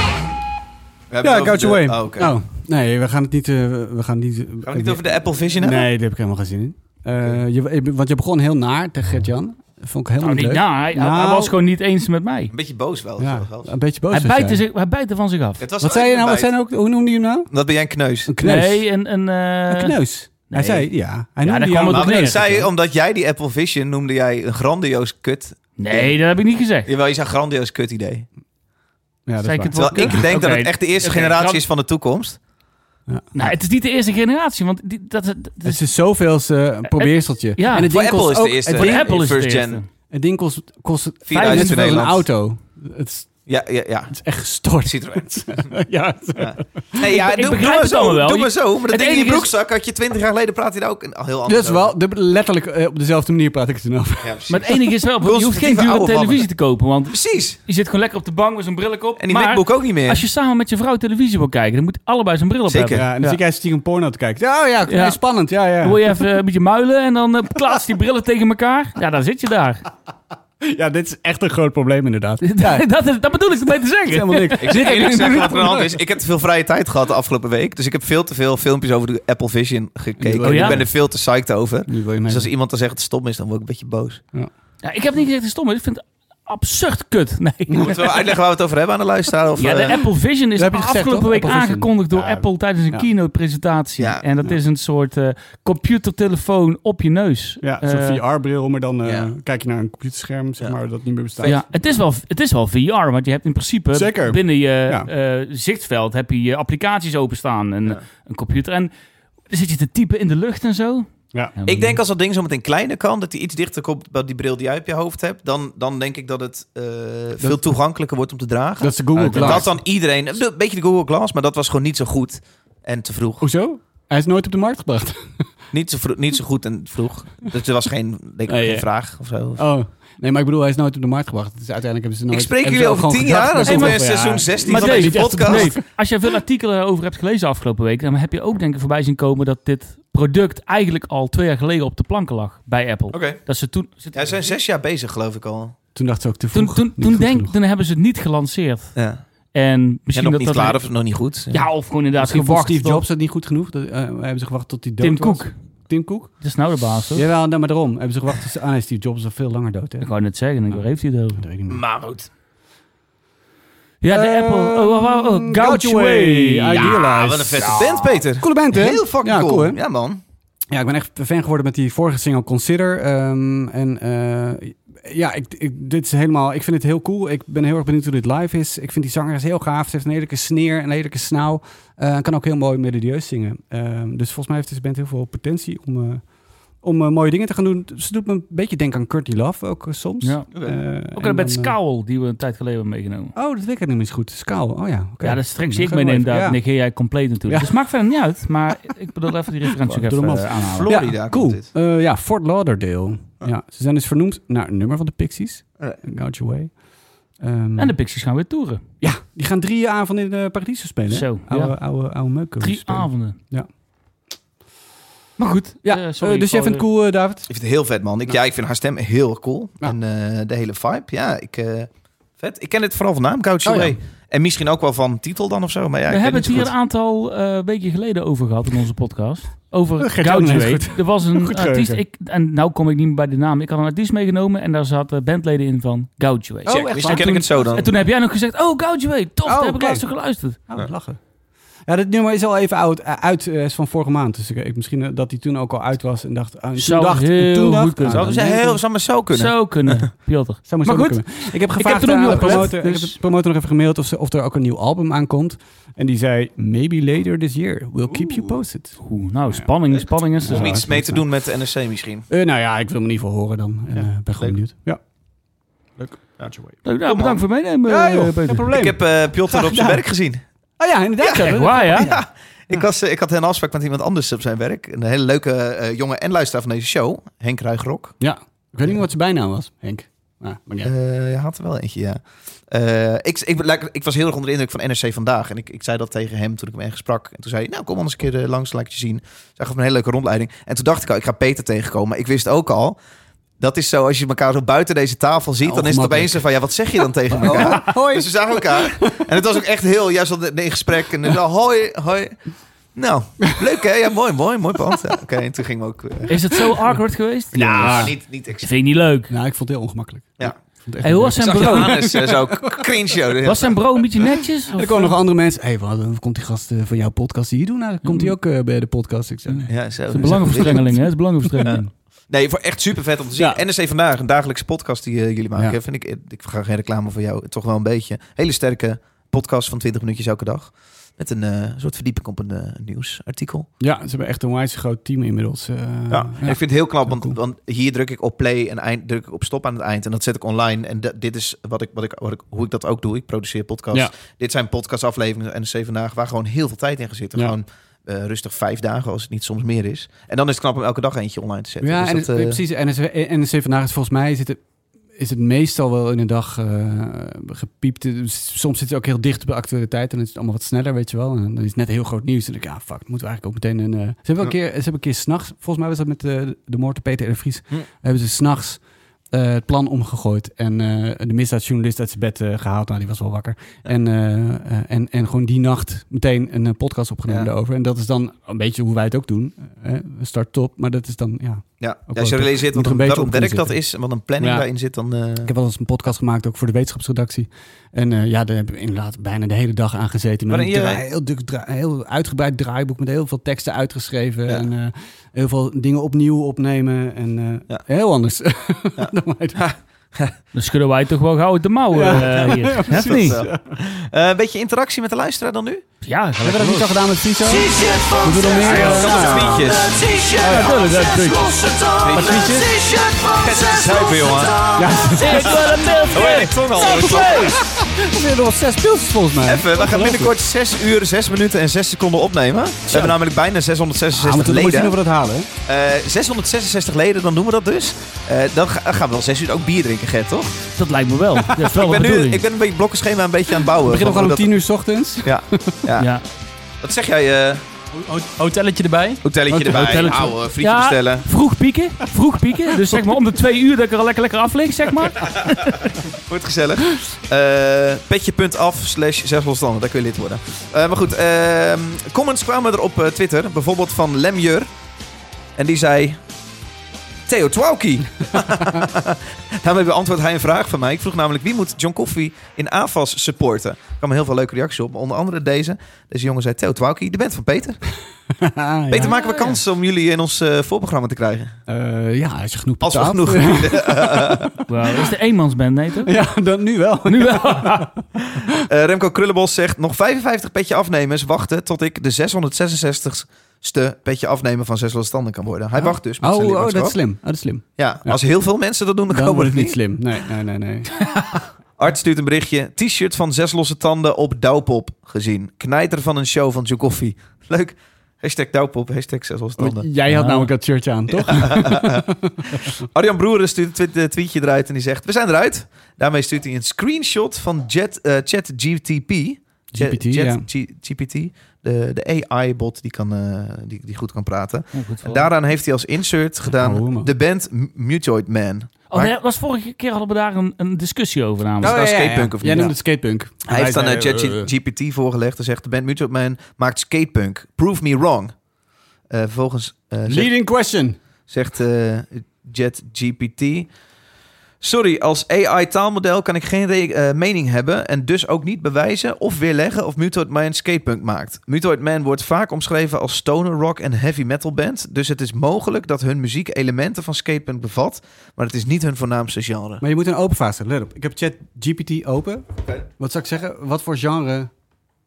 Speaker 2: hebben
Speaker 3: Ja,
Speaker 2: het over
Speaker 3: Goucho Way.
Speaker 2: de- Oh, oké.
Speaker 3: Oh, nee, we gaan het niet... eh, we gaan niet, eh,
Speaker 2: Gaan we niet over de Apple Vision hebben?
Speaker 3: Nee, daar heb ik helemaal geen zin in. Eh, je, je- want je begon heel naar tegen Gert-Jan. Vond ik helemaal
Speaker 1: Nou, niet
Speaker 3: leuk.
Speaker 1: na. Hij, hij
Speaker 3: Nou.
Speaker 1: was gewoon niet eens met mij.
Speaker 2: Een beetje boos wel.
Speaker 3: Ja,
Speaker 2: zo wel.
Speaker 3: een beetje boos.
Speaker 1: Hij
Speaker 3: was
Speaker 1: bijtte,
Speaker 3: jij.
Speaker 1: zich, hij bijtte van zich af.
Speaker 2: Het was
Speaker 3: Wat zei je nou? Wat zei
Speaker 2: nou?
Speaker 3: je nou ook, hoe noemde je hem nou?
Speaker 2: Dat ben jij een kneus.
Speaker 3: Een kneus.
Speaker 1: Nee, en... en eh,
Speaker 3: een kneus.
Speaker 1: nee.
Speaker 3: Hij zei, ja. Hij
Speaker 1: Ja, daar
Speaker 3: noemde
Speaker 1: kwam
Speaker 3: jou-
Speaker 1: het
Speaker 2: Maar
Speaker 1: op neer.
Speaker 2: ik zei, omdat jij die Apple Vision noemde jij een grandioos kut.
Speaker 1: Nee, dat heb ik niet gezegd.
Speaker 2: Jawel, je zei grandioos kut idee.
Speaker 3: Ja, dat is
Speaker 1: Zei ik
Speaker 3: waar.
Speaker 1: het wel?
Speaker 2: Terwijl ik denk dat het echt de eerste
Speaker 1: Oké,
Speaker 2: generatie
Speaker 1: grand-
Speaker 2: is van de toekomst.
Speaker 1: Nou, het is niet de eerste generatie, want die, dat, dat- dat
Speaker 3: Het
Speaker 1: is...
Speaker 3: is zoveelste eh, probeerseltje.
Speaker 1: Ja.
Speaker 3: en het
Speaker 2: Voor
Speaker 3: ding
Speaker 2: Apple
Speaker 3: kost
Speaker 2: is de
Speaker 3: ook-
Speaker 2: eerste.
Speaker 3: Het
Speaker 1: Voor
Speaker 3: ding,
Speaker 2: in
Speaker 1: Apple is het
Speaker 2: first
Speaker 1: de
Speaker 2: gen.
Speaker 1: eerste.
Speaker 3: het ding kost, kost net
Speaker 2: 4000 in
Speaker 3: zoveel als een
Speaker 2: Nederland.
Speaker 3: auto. Het is,
Speaker 2: Ja, ja, ja.
Speaker 3: het is echt gestort.
Speaker 2: Citroën.
Speaker 3: ja, Dus
Speaker 2: Ja. Nee, ja,
Speaker 1: Ik
Speaker 2: doe, doe
Speaker 1: begrijp
Speaker 2: maar
Speaker 1: het
Speaker 2: zo.
Speaker 1: allemaal wel.
Speaker 2: Doe
Speaker 1: Je-
Speaker 2: maar zo. Maar dat
Speaker 1: het
Speaker 2: ding in je
Speaker 1: enige is-
Speaker 2: broekzak had je twintig jaar geleden praat hij daar ook een heel anders
Speaker 3: Dat is wel
Speaker 2: over.
Speaker 3: de- letterlijk eh, op dezelfde manier praat ik het dan over.
Speaker 2: Ja, precies.
Speaker 1: Maar het enige is wel, je hoeft geen
Speaker 2: Conservatieve
Speaker 1: dure
Speaker 2: oude
Speaker 1: televisie
Speaker 2: mannen.
Speaker 1: te kopen, want
Speaker 2: Precies.
Speaker 1: je zit gewoon lekker op de bank met zo'n bril op.
Speaker 2: En die
Speaker 1: maar
Speaker 2: MacBook ook niet meer.
Speaker 1: als je samen met je vrouw televisie wil kijken, dan moet allebei zijn bril op
Speaker 2: Zeker.
Speaker 1: hebben.
Speaker 3: Ja, en dan
Speaker 1: Ja.
Speaker 3: zie jij stiekem porno te kijken. Oh ja,
Speaker 1: Ja.
Speaker 3: spannend. Ja,
Speaker 1: Dan wil
Speaker 3: ja.
Speaker 1: je even een beetje muilen en dan eh, klaatst die brillen tegen elkaar. Ja, dan zit je daar.
Speaker 3: ja, dit is echt een groot probleem inderdaad. Ja,
Speaker 1: dat, is, dat bedoel ik ermee te zeggen.
Speaker 3: helemaal niks.
Speaker 2: Ik zeg eerlijk zeggen wat er aan de hand is. Ik heb te veel vrije tijd gehad de afgelopen week. Dus ik heb veel te veel filmpjes over de Apple Vision gekeken.
Speaker 3: Oh,
Speaker 1: ja?
Speaker 2: Ik ben er veel te psyched over.
Speaker 3: Nu wil je mij-
Speaker 2: Dus als iemand dan zegt dat het stom is, dan word ik een beetje boos.
Speaker 1: Ja, ik heb niet gezegd dat het stom is. Ik vind het absurd kut. Nee.
Speaker 2: Moeten we wel uitleggen waar we het over hebben aan de luisteraar? Of,
Speaker 1: Ja, de
Speaker 2: eh,
Speaker 1: Apple Vision is
Speaker 3: Dat heb je gezegd,
Speaker 1: afgelopen
Speaker 3: toch?
Speaker 1: week
Speaker 3: Apple Vision.
Speaker 1: aangekondigd door
Speaker 3: Ja.
Speaker 1: Apple tijdens een
Speaker 3: Ja.
Speaker 1: keynote-presentatie.
Speaker 2: Ja.
Speaker 1: En dat is een soort eh, computertelefoon op je neus.
Speaker 3: Ja, een soort
Speaker 1: Eh,
Speaker 3: VR-bril, maar dan eh,
Speaker 2: ja.
Speaker 3: kijk je naar een computerscherm, zeg
Speaker 2: Ja.
Speaker 3: maar, dat niet meer bestaat.
Speaker 1: Ja, het is, wel, het is wel VR, want je hebt in principe
Speaker 3: Zeker.
Speaker 1: binnen je
Speaker 3: Ja.
Speaker 1: eh, zichtveld heb je, je applicaties openstaan en een computer. En dan zit je te typen in de lucht en zo.
Speaker 3: Ja.
Speaker 2: Ik denk als dat ding zo meteen kleiner kan, dat hij iets dichter komt bij die bril die jij op je hoofd hebt, dan, dan denk ik dat het eh, veel toegankelijker wordt om te dragen.
Speaker 3: Dat is de Google
Speaker 2: Dat,
Speaker 3: Glass.
Speaker 2: dan iedereen, een beetje de Google Glass, maar dat was gewoon niet zo goed en te vroeg.
Speaker 3: Hoezo? Hij is nooit op de markt gebracht.
Speaker 2: Niet zo, vro- niet zo goed en vroeg. Dus er was geen, denk ik,
Speaker 1: Nee,
Speaker 2: geen
Speaker 1: ja.
Speaker 2: vraag of zo.
Speaker 3: Oh. Nee, maar ik bedoel, hij is nooit op de markt gebracht. Dus uiteindelijk hebben ze nooit...
Speaker 2: Ik spreek
Speaker 3: hebben
Speaker 2: jullie
Speaker 3: ze
Speaker 2: over
Speaker 3: gewoon
Speaker 2: tien
Speaker 3: gedacht
Speaker 2: jaar,
Speaker 3: dat
Speaker 2: alsof
Speaker 3: het
Speaker 2: we
Speaker 3: wel- ja.
Speaker 2: seizoen 16
Speaker 1: Maar
Speaker 2: van
Speaker 1: Dave,
Speaker 2: deze
Speaker 1: echt,
Speaker 2: podcast.
Speaker 1: Dave, als je veel artikelen over hebt gelezen afgelopen week, dan heb je ook denk ik voorbij zien komen dat dit product eigenlijk al twee jaar geleden op de planken lag bij Apple.
Speaker 2: Oké.
Speaker 1: Dat ze toen, ze-
Speaker 2: Ja, ze zijn zes jaar bezig, geloof ik al.
Speaker 3: Toen dacht ze ook te
Speaker 1: toen,
Speaker 3: vroeg.
Speaker 1: toen,
Speaker 3: niet
Speaker 1: toen,
Speaker 3: goed
Speaker 1: denk,
Speaker 3: genoeg.
Speaker 1: toen hebben ze het niet gelanceerd.
Speaker 2: Ja.
Speaker 1: En
Speaker 2: En
Speaker 1: misschien
Speaker 2: nog
Speaker 1: dat
Speaker 2: niet
Speaker 1: dat
Speaker 2: klaar of nog niet goed.
Speaker 1: Ja, of gewoon inderdaad
Speaker 3: Misschien vond
Speaker 1: gewacht.
Speaker 3: Steve
Speaker 1: tot-
Speaker 3: Jobs dat niet goed genoeg. Dat, eh, hebben ze gewacht tot hij dood
Speaker 1: Tim
Speaker 3: was.
Speaker 1: Cook.
Speaker 3: Tim Cook?
Speaker 1: Dat is nou de baas, toch?
Speaker 3: Jawel, nou, maar daarom. Hebben ze gewacht tot... ze- Ah nee, Steve Jobs is al veel langer dood, hè?
Speaker 1: Ik wou net zeggen, ik, waar heeft hij het over?
Speaker 3: Dat weet ik niet.
Speaker 2: Maar goed.
Speaker 1: Ja, de
Speaker 2: Ehm,
Speaker 1: Apple. Oh, oh, oh, oh, Gouge Way.
Speaker 3: Ja,
Speaker 2: Ah, wat een vette band, Peter.
Speaker 3: Coole band, hè?
Speaker 2: Heel fucking
Speaker 3: ja,
Speaker 2: cool.
Speaker 3: cool, hè?
Speaker 2: Ja, man.
Speaker 3: Ja, ik ben echt fan geworden met die vorige single Consider. Ehm, en eh, ja, ik, ik, dit is helemaal, ik vind het heel cool. Ik ben heel erg benieuwd hoe dit live is. Ik vind die zangeres heel gaaf. Ze heeft een heerlijke sneer, een heerlijke snauw. Eh, kan ook heel mooi melodieus zingen. Ehm, dus volgens mij heeft deze band heel veel potentie om, eh, om eh, mooie dingen te gaan doen. Ze doet me een beetje denken aan Curtie Love ook eh, soms.
Speaker 1: Ja.
Speaker 2: Oké.
Speaker 1: Ook een met Scowl, die we een tijd geleden hebben meegenomen.
Speaker 3: Oh, dat weet ik helemaal niet goed. Skaal, oh ja. oké.
Speaker 1: Ja, dat is straks
Speaker 3: Dan
Speaker 1: die ik
Speaker 3: gaan we
Speaker 1: meeneem,
Speaker 3: even-
Speaker 1: daar
Speaker 3: ja.
Speaker 1: negeer jij compleet natuurlijk.
Speaker 3: Ja.
Speaker 1: Dus maakt verder niet uit, maar ik bedoel even die referentie ook
Speaker 3: Doe
Speaker 1: even
Speaker 3: hem
Speaker 1: eh,
Speaker 3: af.
Speaker 1: aanhalen.
Speaker 2: Florida
Speaker 3: ja,
Speaker 2: komt
Speaker 3: cool.
Speaker 2: dit. Ah.
Speaker 3: Eh, ja, Fort Lauderdale. Ja, ze zijn dus vernoemd naar een nummer van de Pixies.
Speaker 2: Eh.
Speaker 3: Gouge Way. Ehm,
Speaker 1: En de Pixies gaan weer toeren.
Speaker 3: Ja, die gaan drie avonden in eh Paradiso spelen. hè?
Speaker 1: Zo,
Speaker 3: Oude,
Speaker 1: ja.
Speaker 3: oude, oude meuk. kunnen
Speaker 1: Drie
Speaker 3: ze spelen.
Speaker 1: avonden.
Speaker 3: Ja.
Speaker 1: Maar goed.
Speaker 3: Ja,
Speaker 1: eh, sorry,
Speaker 3: eh, dus
Speaker 1: ik
Speaker 3: jij vindt het
Speaker 1: val
Speaker 3: cool, eh, David?
Speaker 2: Ik vind het heel vet, man. Ik, ja, ik vind haar stem heel cool.
Speaker 3: Ja.
Speaker 2: En eh, de hele vibe. Ja, ik, eh, vet. Ik ken het vooral van naam, Couch
Speaker 3: Oh, ja.
Speaker 2: Soleil. En misschien ook wel van titel dan of zo. Maar ja,
Speaker 3: eh,
Speaker 1: weer. We
Speaker 2: ik weet
Speaker 1: hebben het
Speaker 2: niet
Speaker 1: hier
Speaker 2: zo
Speaker 1: een aantal eh, weken geleden over gehad in onze podcast. Over
Speaker 3: Dat geeft ook niet
Speaker 1: Gouge
Speaker 3: eens
Speaker 1: Way. Er was een
Speaker 3: Eh, Goed
Speaker 1: artiest,
Speaker 3: geheugen.
Speaker 1: ik, en nou kom ik niet meer bij de naam. Ik had een artiest meegenomen en daar zaten bandleden in van Gouge Way.
Speaker 2: goed. Check,
Speaker 3: Oh, echt
Speaker 2: misschien
Speaker 3: waar?
Speaker 2: ken ik het zo dan.
Speaker 1: En toen heb jij nog gezegd, oh Gouge Way, tof,
Speaker 3: Oh,
Speaker 1: daar heb ik
Speaker 3: oké.
Speaker 1: laatst op geluisterd.
Speaker 3: Oh, lachen. Ja, dit nummer is al even oud, eh, uit, eh, is van vorige maand. Dus ik, ik- misschien eh, dat die toen ook al uit was en dacht... ah, en toen
Speaker 1: Zou
Speaker 3: dacht,
Speaker 1: heel
Speaker 3: toen dacht,
Speaker 1: goed kunnen.
Speaker 3: ah,
Speaker 2: Zou ze
Speaker 3: dan-
Speaker 2: heel zou maar zo kunnen.
Speaker 1: Zo kunnen, Piotr.
Speaker 3: Zou maar,
Speaker 1: Maar
Speaker 3: zo
Speaker 1: goed,
Speaker 3: kunnen. ik heb gevraagd
Speaker 1: er ook
Speaker 3: aan
Speaker 1: niet
Speaker 3: de
Speaker 1: op gelet,
Speaker 3: promotor, ik
Speaker 1: dus-
Speaker 3: heb de promotor nog even gemaild of, ze, of er ook een nieuw album aankomt. En die zei, maybe later this year, we'll keep you posted.
Speaker 1: Oeh, nou, spanning, spanning is er.
Speaker 2: Om
Speaker 1: zo.
Speaker 2: iets mee te doen met de NSC misschien.
Speaker 3: Eh, nou ja, ik wil me niet voor horen dan. Eh, ben gewoon
Speaker 2: leuk.
Speaker 3: benieuwd. Ja.
Speaker 1: Leuk, nou, bedankt voor het meenemen,
Speaker 3: Ja, joh,
Speaker 1: eh, Peter.
Speaker 3: geen probleem.
Speaker 2: Ik heb eh Piotr op zijn
Speaker 3: gedaan.
Speaker 2: werk gezien.
Speaker 3: Oh ja, inderdaad.
Speaker 1: Echt waar, ja?
Speaker 2: Ik, was, eh, ik had een afspraak met iemand anders op zijn werk. Een hele leuke eh, jongen en luisteraar van deze show. Henk Ruigrok.
Speaker 3: Ja. Ik weet niet meer wat zijn bijnaam was, Henk. Ah, maar ja.
Speaker 2: Eh, je had er wel eentje, ja. Eh, ik, ik, like, ik was heel erg onder de indruk van NRC Vandaag. En ik, ik zei dat tegen hem toen ik hem ergens sprak. En toen zei hij, nou kom anders een keer eh, langs, laat ik het je zien. Zij gaf me een hele leuke rondleiding. En toen dacht ik al, ik ga Peter tegenkomen. Maar ik wist ook al, Dat is zo, als je elkaar zo buiten deze tafel ziet,
Speaker 3: Ja,
Speaker 2: dan is het
Speaker 3: ongemakkelijk.
Speaker 2: opeens zo van, ja, wat zeg je dan tegen elkaar? Dus ze zagen elkaar. En het was ook echt heel, juist al in gesprek. En zo, hoi, hoi. Nou, leuk hè? Ja, mooi, mooi, mooi pand. Ja, Oké, en toen gingen we ook... eh,
Speaker 1: Is het zo awkward geweest?
Speaker 3: Ah.
Speaker 2: ja, niet, niet
Speaker 1: Dat
Speaker 2: extreem.
Speaker 1: vind ik niet leuk.
Speaker 3: Nou, ik vond het heel ongemakkelijk.
Speaker 2: Ja.
Speaker 3: Ik vond het echt
Speaker 1: Hey, hoe was
Speaker 3: niet
Speaker 1: zijn
Speaker 2: Zag je
Speaker 1: bro?
Speaker 2: anus eh, zo cringe.
Speaker 1: Was zijn bro een beetje netjes?
Speaker 3: leuk.
Speaker 1: Of-
Speaker 3: er kwamen nog andere mensen. Hé, hey, wat, hoe komt die gast eh, van jouw podcast hier doen? Nou, komt hij ook eh, bij de podcast? Ik zei, nee.
Speaker 2: Ja, zo. dus
Speaker 1: Het is een belangenverstrengeling, hè? Het is een belangenverstrengeling.
Speaker 2: Nee, voor echt super vet om te zien.
Speaker 3: Ja.
Speaker 2: NSC Vandaag, een dagelijkse podcast die eh, jullie maken.
Speaker 3: Ja.
Speaker 2: Vind ik, ik ga geen reclame voor jou, toch wel een beetje. Hele sterke podcast van 20 minuutjes elke dag. Met een eh, soort verdieping op een eh, nieuwsartikel.
Speaker 3: Ja, ze hebben echt een wijze groot team inmiddels. eh,
Speaker 2: Ja. Ik vind het heel knap, want,
Speaker 3: cool.
Speaker 2: want hier druk ik op play en eind, druk ik op stop aan het eind. En dat zet ik online. En dat- dit is wat ik, wat ik, wat ik, hoe ik dat ook doe. Ik produceer podcasts.
Speaker 3: Ja.
Speaker 2: Dit zijn podcastafleveringen van NSC Vandaag, waar gewoon heel veel tijd in gezit.
Speaker 3: Ja.
Speaker 2: Gewoon eh, rustig vijf dagen, als het niet soms meer is. En dan is het knap om elke dag eentje online te zetten.
Speaker 3: Ja,
Speaker 2: Dus
Speaker 3: en
Speaker 2: dat,
Speaker 3: het-
Speaker 2: eh,
Speaker 3: precies. En NSC en NSC vandaag is volgens mij zit het, is het meestal wel in een dag eh, gepiept. Dus Soms zit het ook heel dicht bij actualiteit en dan is het allemaal wat sneller, weet je wel. En dan is het net heel groot nieuws. En dan denk ik, ah, fuck, moeten we eigenlijk ook meteen een... eh, Ze hebben wel een keer, ze hebben een keer s'nachts, volgens mij was dat met eh, de moord op Peter R. de Vries,
Speaker 2: Hm.
Speaker 3: hebben ze s'nachts eh het plan omgegooid en eh, de misdaadjournalist uit zijn bed eh, gehaald. Nou, die was wel wakker. En, eh, eh, en, en gewoon die nacht meteen een eh, podcast opgenomen
Speaker 2: Ja.
Speaker 3: daarover. En dat is dan een beetje hoe wij het ook doen. Eh, start top, maar dat is dan, ja,
Speaker 2: Ja,
Speaker 3: Ook
Speaker 2: als je
Speaker 3: wel
Speaker 2: realiseert
Speaker 3: moet
Speaker 2: wat
Speaker 3: er
Speaker 2: een,
Speaker 3: een beetje
Speaker 2: wat een
Speaker 3: op
Speaker 2: werk
Speaker 3: kunnen
Speaker 2: dat is en wat een planning
Speaker 3: Ja.
Speaker 2: daarin zit, dan... eh,
Speaker 3: Ik heb wel eens een podcast gemaakt, ook voor de wetenschapsredactie. En eh, ja, daar heb ik inderdaad bijna de hele dag aan gezeten. Met een
Speaker 2: Waarin je-
Speaker 3: draai- heel, dik dra- heel uitgebreid draaiboek met heel veel teksten uitgeschreven.
Speaker 2: Ja.
Speaker 3: En eh, heel veel dingen opnieuw opnemen. En eh,
Speaker 2: Ja.
Speaker 3: heel anders. dan wij doen.
Speaker 1: Dan schudden wij toch wel gauw uit de mouwen
Speaker 3: Ja.
Speaker 1: eh, hier.
Speaker 2: hè,
Speaker 1: Of niet?
Speaker 2: dat, eh, eh, een beetje interactie met de luisteraar dan nu?
Speaker 1: Ja, ga
Speaker 3: Hebben we dat niet al gedaan met Fiso?
Speaker 4: T-shirt van
Speaker 3: Moeten we nog meer?
Speaker 4: zes
Speaker 3: Ja,
Speaker 4: losse
Speaker 3: dat is
Speaker 4: tanden.
Speaker 2: tweetjes.
Speaker 4: T-shirt
Speaker 1: ja,
Speaker 4: van
Speaker 1: tuurlijk, dat
Speaker 4: zes
Speaker 1: is tweetjes.
Speaker 4: losse tanden.
Speaker 2: Wat
Speaker 5: tweetjes?
Speaker 4: T-shirt van
Speaker 2: Het is
Speaker 4: zes
Speaker 2: zuipen,
Speaker 4: losse
Speaker 2: jongen.
Speaker 4: tanden.
Speaker 3: We hebben nog zes pilsjes volgens mij. Ah,
Speaker 2: Even, we gaan binnenkort 6 uur, 6 minuten en 6 seconden opnemen. We hebben namelijk bijna
Speaker 3: Ah, we
Speaker 2: 666
Speaker 3: moeten nog maar zien of
Speaker 2: leden.
Speaker 3: we dat halen. hè?
Speaker 2: Eh, 666 leden, dan doen we dat dus. Eh, dan ga- gaan we wel 6 uur ook bier drinken, Gert,
Speaker 3: Oh,
Speaker 2: toch?
Speaker 1: Dat lijkt me wel. Dat is wel
Speaker 2: Ik
Speaker 1: de
Speaker 2: ben, nu,
Speaker 1: bedoeling.
Speaker 2: ik ben een beetje blokkenschema een beetje aan het bouwen.
Speaker 3: We beginnen
Speaker 2: Van
Speaker 3: gewoon om
Speaker 2: hoe
Speaker 3: tien uur 's ochtends.
Speaker 2: dat- Ja, ja.
Speaker 1: ja.
Speaker 2: Wat zeg jij? eh
Speaker 5: Ho- Hotelletje erbij.
Speaker 2: hotelletje erbij,
Speaker 1: hotelletje.
Speaker 2: ouwe, frietje
Speaker 1: Ja.
Speaker 2: bestellen.
Speaker 1: Vroeg pieken, vroeg pieken. Dus zeg maar om de twee uur dat ik er al lekker, lekker aflig, zeg maar.
Speaker 2: Wordt gezellig. Eh, Petje.af slash zes losstanden. Daar kun je lid worden. Eh, maar goed, ehm, comments kwamen er op eh, Twitter. Bijvoorbeeld van Lemjur. En die zei... Theo Twauki. Daarmee beantwoordt hij een vraag van mij. Ik vroeg namelijk wie moet John Coffey in AFAS supporten? Er kwamen heel veel leuke reacties op. Onder andere deze. Deze jongen zei Theo Twauki, de band van Peter.
Speaker 3: Ah, ja.
Speaker 2: Peter, maken we kans om jullie in ons eh, voorprogramma te krijgen?
Speaker 3: Eh, ja, als je genoeg
Speaker 2: Als we
Speaker 3: betaalt.
Speaker 2: genoeg...
Speaker 1: Wow, dat is de eenmansband, nee toch?
Speaker 3: Ja, dan nu wel.
Speaker 1: Nu wel.
Speaker 2: Eh, Remco Krullenbos zegt nog 55 petje afnemers wachten tot ik de 666ste petje afnemer van zes standen kan worden. Hij wacht dus. Met
Speaker 3: Oh,
Speaker 2: zijn
Speaker 3: oh,
Speaker 2: lidmaatschap.
Speaker 3: dat is slim. Oh, dat is slim.
Speaker 2: ja,
Speaker 3: Ja.
Speaker 2: als heel veel mensen dat doen, dan,
Speaker 3: Dan
Speaker 2: komen we
Speaker 3: wordt
Speaker 2: er
Speaker 3: het niet
Speaker 2: niet.
Speaker 3: slim. Nee, nee, nee. nee.
Speaker 2: Art stuurt een berichtje. T-shirt van zes losse tanden op Douwpop gezien. Knijter van een show van Joe Leuk. Hashtag Douwpop, hashtag zes losse
Speaker 3: Want
Speaker 2: tanden.
Speaker 3: jij had
Speaker 1: Ja.
Speaker 3: namelijk dat shirtje aan, toch?
Speaker 2: Arjan Broeren stuurt een twi- eh, tweetje eruit en die zegt... We zijn eruit. Daarmee stuurt hij een screenshot van Jet, eh, ChatGTP. Jet-
Speaker 3: GPT,
Speaker 2: Jet-
Speaker 3: ja.
Speaker 2: G- GPT, de, de AI-bot die, kan, eh, die, die goed kan praten.
Speaker 1: Oh, goed
Speaker 2: En
Speaker 1: voor.
Speaker 2: daaraan heeft hij als insert gedaan
Speaker 3: Ouwe man.
Speaker 2: de band M- Mutoid Man.
Speaker 1: Oh, daar was vorige keer hadden we daar een, een discussie over namelijk.
Speaker 2: Oh, ja, ja, skatepunk of
Speaker 3: Jij
Speaker 2: niet?
Speaker 3: noemde het skatepunk.
Speaker 2: Hij heeft dan eh, aan ChatGPT voorgelegd en zegt... de band Mutoid Man maakt skatepunk. Prove me wrong. Eh, vervolgens eh, zegt,
Speaker 3: Leading question.
Speaker 2: zegt eh, JetGPT... Sorry, als AI-taalmodel kan ik geen re- eh, mening hebben... en dus ook niet bewijzen of weerleggen of Mutoid Man skatepunk maakt. Mutoid Man wordt vaak omschreven als stoner rock en heavy metal band... dus het is mogelijk dat hun muziek elementen van skatepunk bevat... maar het is niet hun voornaamste genre.
Speaker 3: Maar je moet een open fase. Let op. Ik heb chat GPT open. Wat zou ik zeggen? Wat voor genre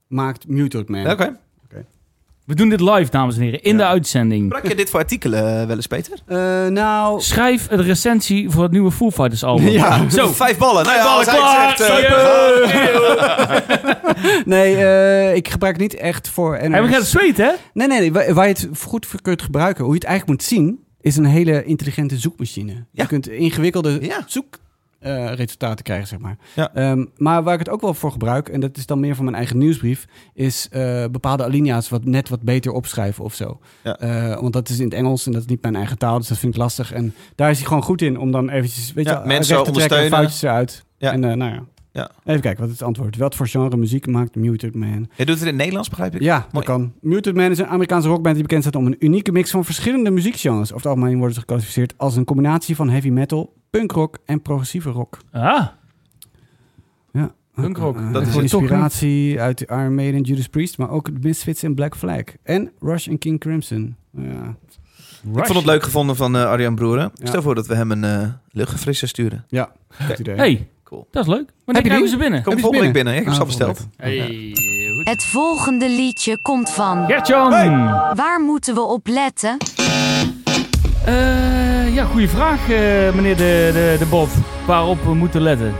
Speaker 3: maakt Muted Man?
Speaker 2: Oké.
Speaker 1: We doen dit live, dames en heren, in de uitzending.
Speaker 2: Brak je dit voor artikelen eh, wel eens, Peter?
Speaker 3: Eh, nou...
Speaker 1: Schrijf een recensie voor het nieuwe Foo Fighters album.
Speaker 3: Ja.
Speaker 1: Zo.
Speaker 2: Vijf ballen. Nou ja,
Speaker 1: ballen
Speaker 2: als hij het
Speaker 1: klaar.
Speaker 2: zegt, eh,
Speaker 1: Zo,
Speaker 3: Nee, eh, ik gebruik het niet echt voor...
Speaker 1: En we gaan het zweten, hè?
Speaker 3: Nee, nee, nee. Waar, waar je het goed voor kunt gebruiken, hoe je het eigenlijk moet zien, is een hele intelligente zoekmachine.
Speaker 2: Ja.
Speaker 3: Je kunt ingewikkelde
Speaker 2: Ja.
Speaker 3: zoek eh, resultaten krijgen, zeg maar.
Speaker 2: Ja.
Speaker 3: Ehm, maar waar ik het ook wel voor gebruik, en dat is dan meer van mijn eigen nieuwsbrief, is eh, bepaalde alinea's wat net wat beter opschrijven of zo.
Speaker 2: Ja.
Speaker 3: Eh, want dat is in het Engels en dat is niet mijn eigen taal, dus dat vind ik lastig. En daar is hij gewoon goed in om dan eventjes, weet
Speaker 2: Ja,
Speaker 3: je,
Speaker 2: mensen
Speaker 3: recht te trekken en
Speaker 2: ondersteunen.
Speaker 3: foutjes eruit.
Speaker 2: Ja.
Speaker 3: En eh, nou ja.
Speaker 2: Ja.
Speaker 3: Even kijken wat is het antwoord. Wat voor genre muziek maakt Muted Man?
Speaker 2: Je doet het in het Nederlands, begrijp ik?
Speaker 3: Ja, dat
Speaker 2: Mooi.
Speaker 3: kan. Muted Man is een Amerikaanse rockband die bekend staat om een unieke mix van verschillende muziekgenres. Over het algemeen worden ze geclassificeerd als een combinatie van heavy metal, punkrock en progressieve rock.
Speaker 6: Ah,
Speaker 3: Ja.
Speaker 6: Punkrock,
Speaker 3: Eh,
Speaker 2: dat is
Speaker 3: voor
Speaker 2: het.
Speaker 3: inspiratie uit de Iron Maiden, Judas Priest, maar ook de Misfits en Black Flag. En Rush en King Crimson. Ja,
Speaker 2: Ik vond het leuk gevonden van eh Arjan Broeren.
Speaker 3: Ja.
Speaker 2: Stel voor dat we hem een eh luchtgefrisser sturen.
Speaker 3: ja goed idee.
Speaker 6: hey,
Speaker 2: Cool.
Speaker 6: dat is leuk.
Speaker 3: Heb
Speaker 6: Wanneer
Speaker 3: je
Speaker 6: krijgen we
Speaker 3: die?
Speaker 6: ze binnen?
Speaker 2: Kom
Speaker 3: Heb je
Speaker 2: volgende
Speaker 3: ze
Speaker 2: week binnen. hè? Ik heb
Speaker 3: Ah,
Speaker 2: ze al
Speaker 3: volgende
Speaker 2: besteld.
Speaker 6: Hey, goed.
Speaker 8: Het volgende liedje komt van.
Speaker 6: Gertjan!
Speaker 8: Waar moeten we op letten?
Speaker 6: Eh, ja, goede vraag, eh, meneer de, de, de Bob. Waarop we moeten letten. Eh,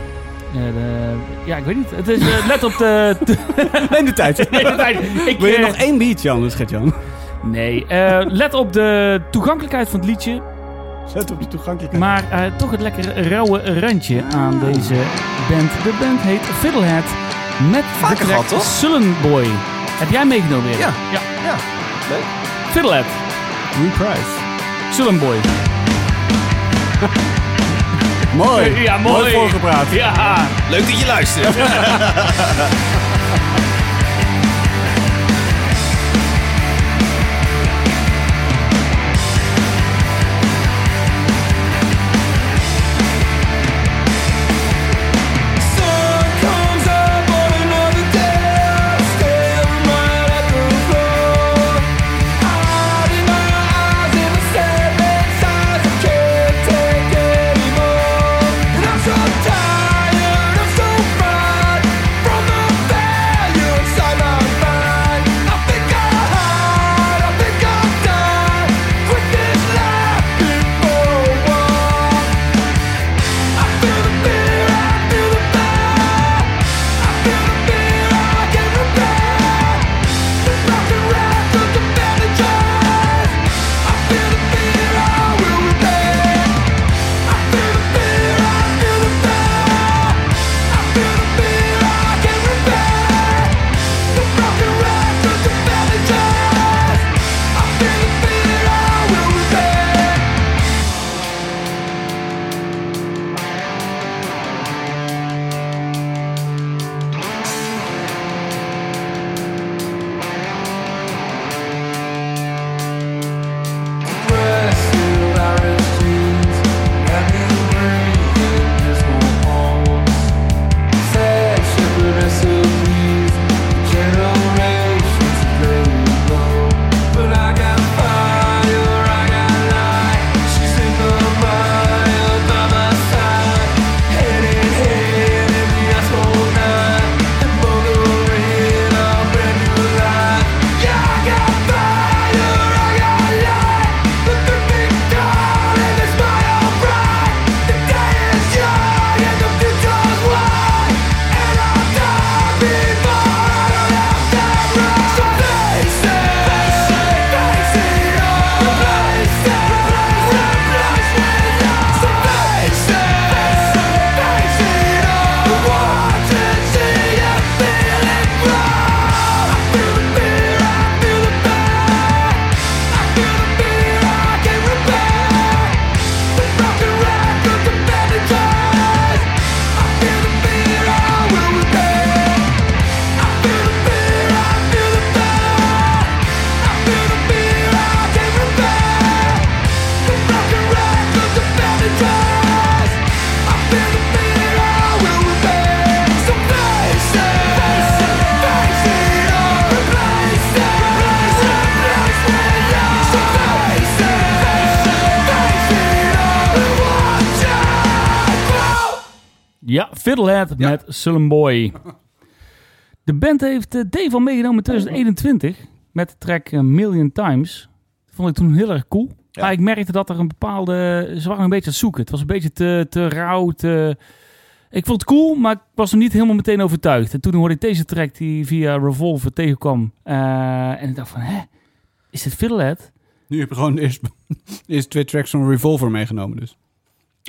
Speaker 6: de- ja, ik weet niet. Het is eh, let op de...
Speaker 3: Neem de tijd.
Speaker 6: Nee, de tijd. ik,
Speaker 3: Wil je
Speaker 6: eh,
Speaker 3: nog één beat, Jan? Dus gaat Jan.
Speaker 6: Nee, eh, let op de toegankelijkheid van het liedje.
Speaker 3: Zet op de toegankelijkheid.
Speaker 6: Maar eh, toch het lekker rauwe randje aan
Speaker 2: Ah.
Speaker 6: deze band. De band heet Fiddlehead met de
Speaker 2: Vaker
Speaker 6: track
Speaker 2: gehad, toch?
Speaker 6: Sullen Boy. Heb jij meegenomen weer?
Speaker 2: Ja.
Speaker 6: ja.
Speaker 2: Ja. Leuk.
Speaker 6: Fiddlehead,
Speaker 3: Reprise.
Speaker 6: Sullen Boy.
Speaker 3: Mooi.
Speaker 6: Ja, mooi.
Speaker 3: Mooi voorgepraat.
Speaker 6: Ja.
Speaker 2: Leuk dat je luistert.
Speaker 6: Ja, Fiddlehead met Sullen Boy. De band heeft eh, Dave al meegenomen in 2021 met de track eh, Million Times. Dat vond ik toen heel erg cool. Maar ik merkte dat er een bepaalde... Ze waren een beetje aan het zoeken. Het was een beetje te, te rauw, te... Ik vond het cool, maar ik was er niet helemaal meteen overtuigd. En toen hoorde ik deze track die via Revolver tegenkwam. eh, en ik dacht van, hè? Is dit Fiddlehead?
Speaker 3: Nu heb je gewoon eerst, eerst twee tracks van Revolver meegenomen dus.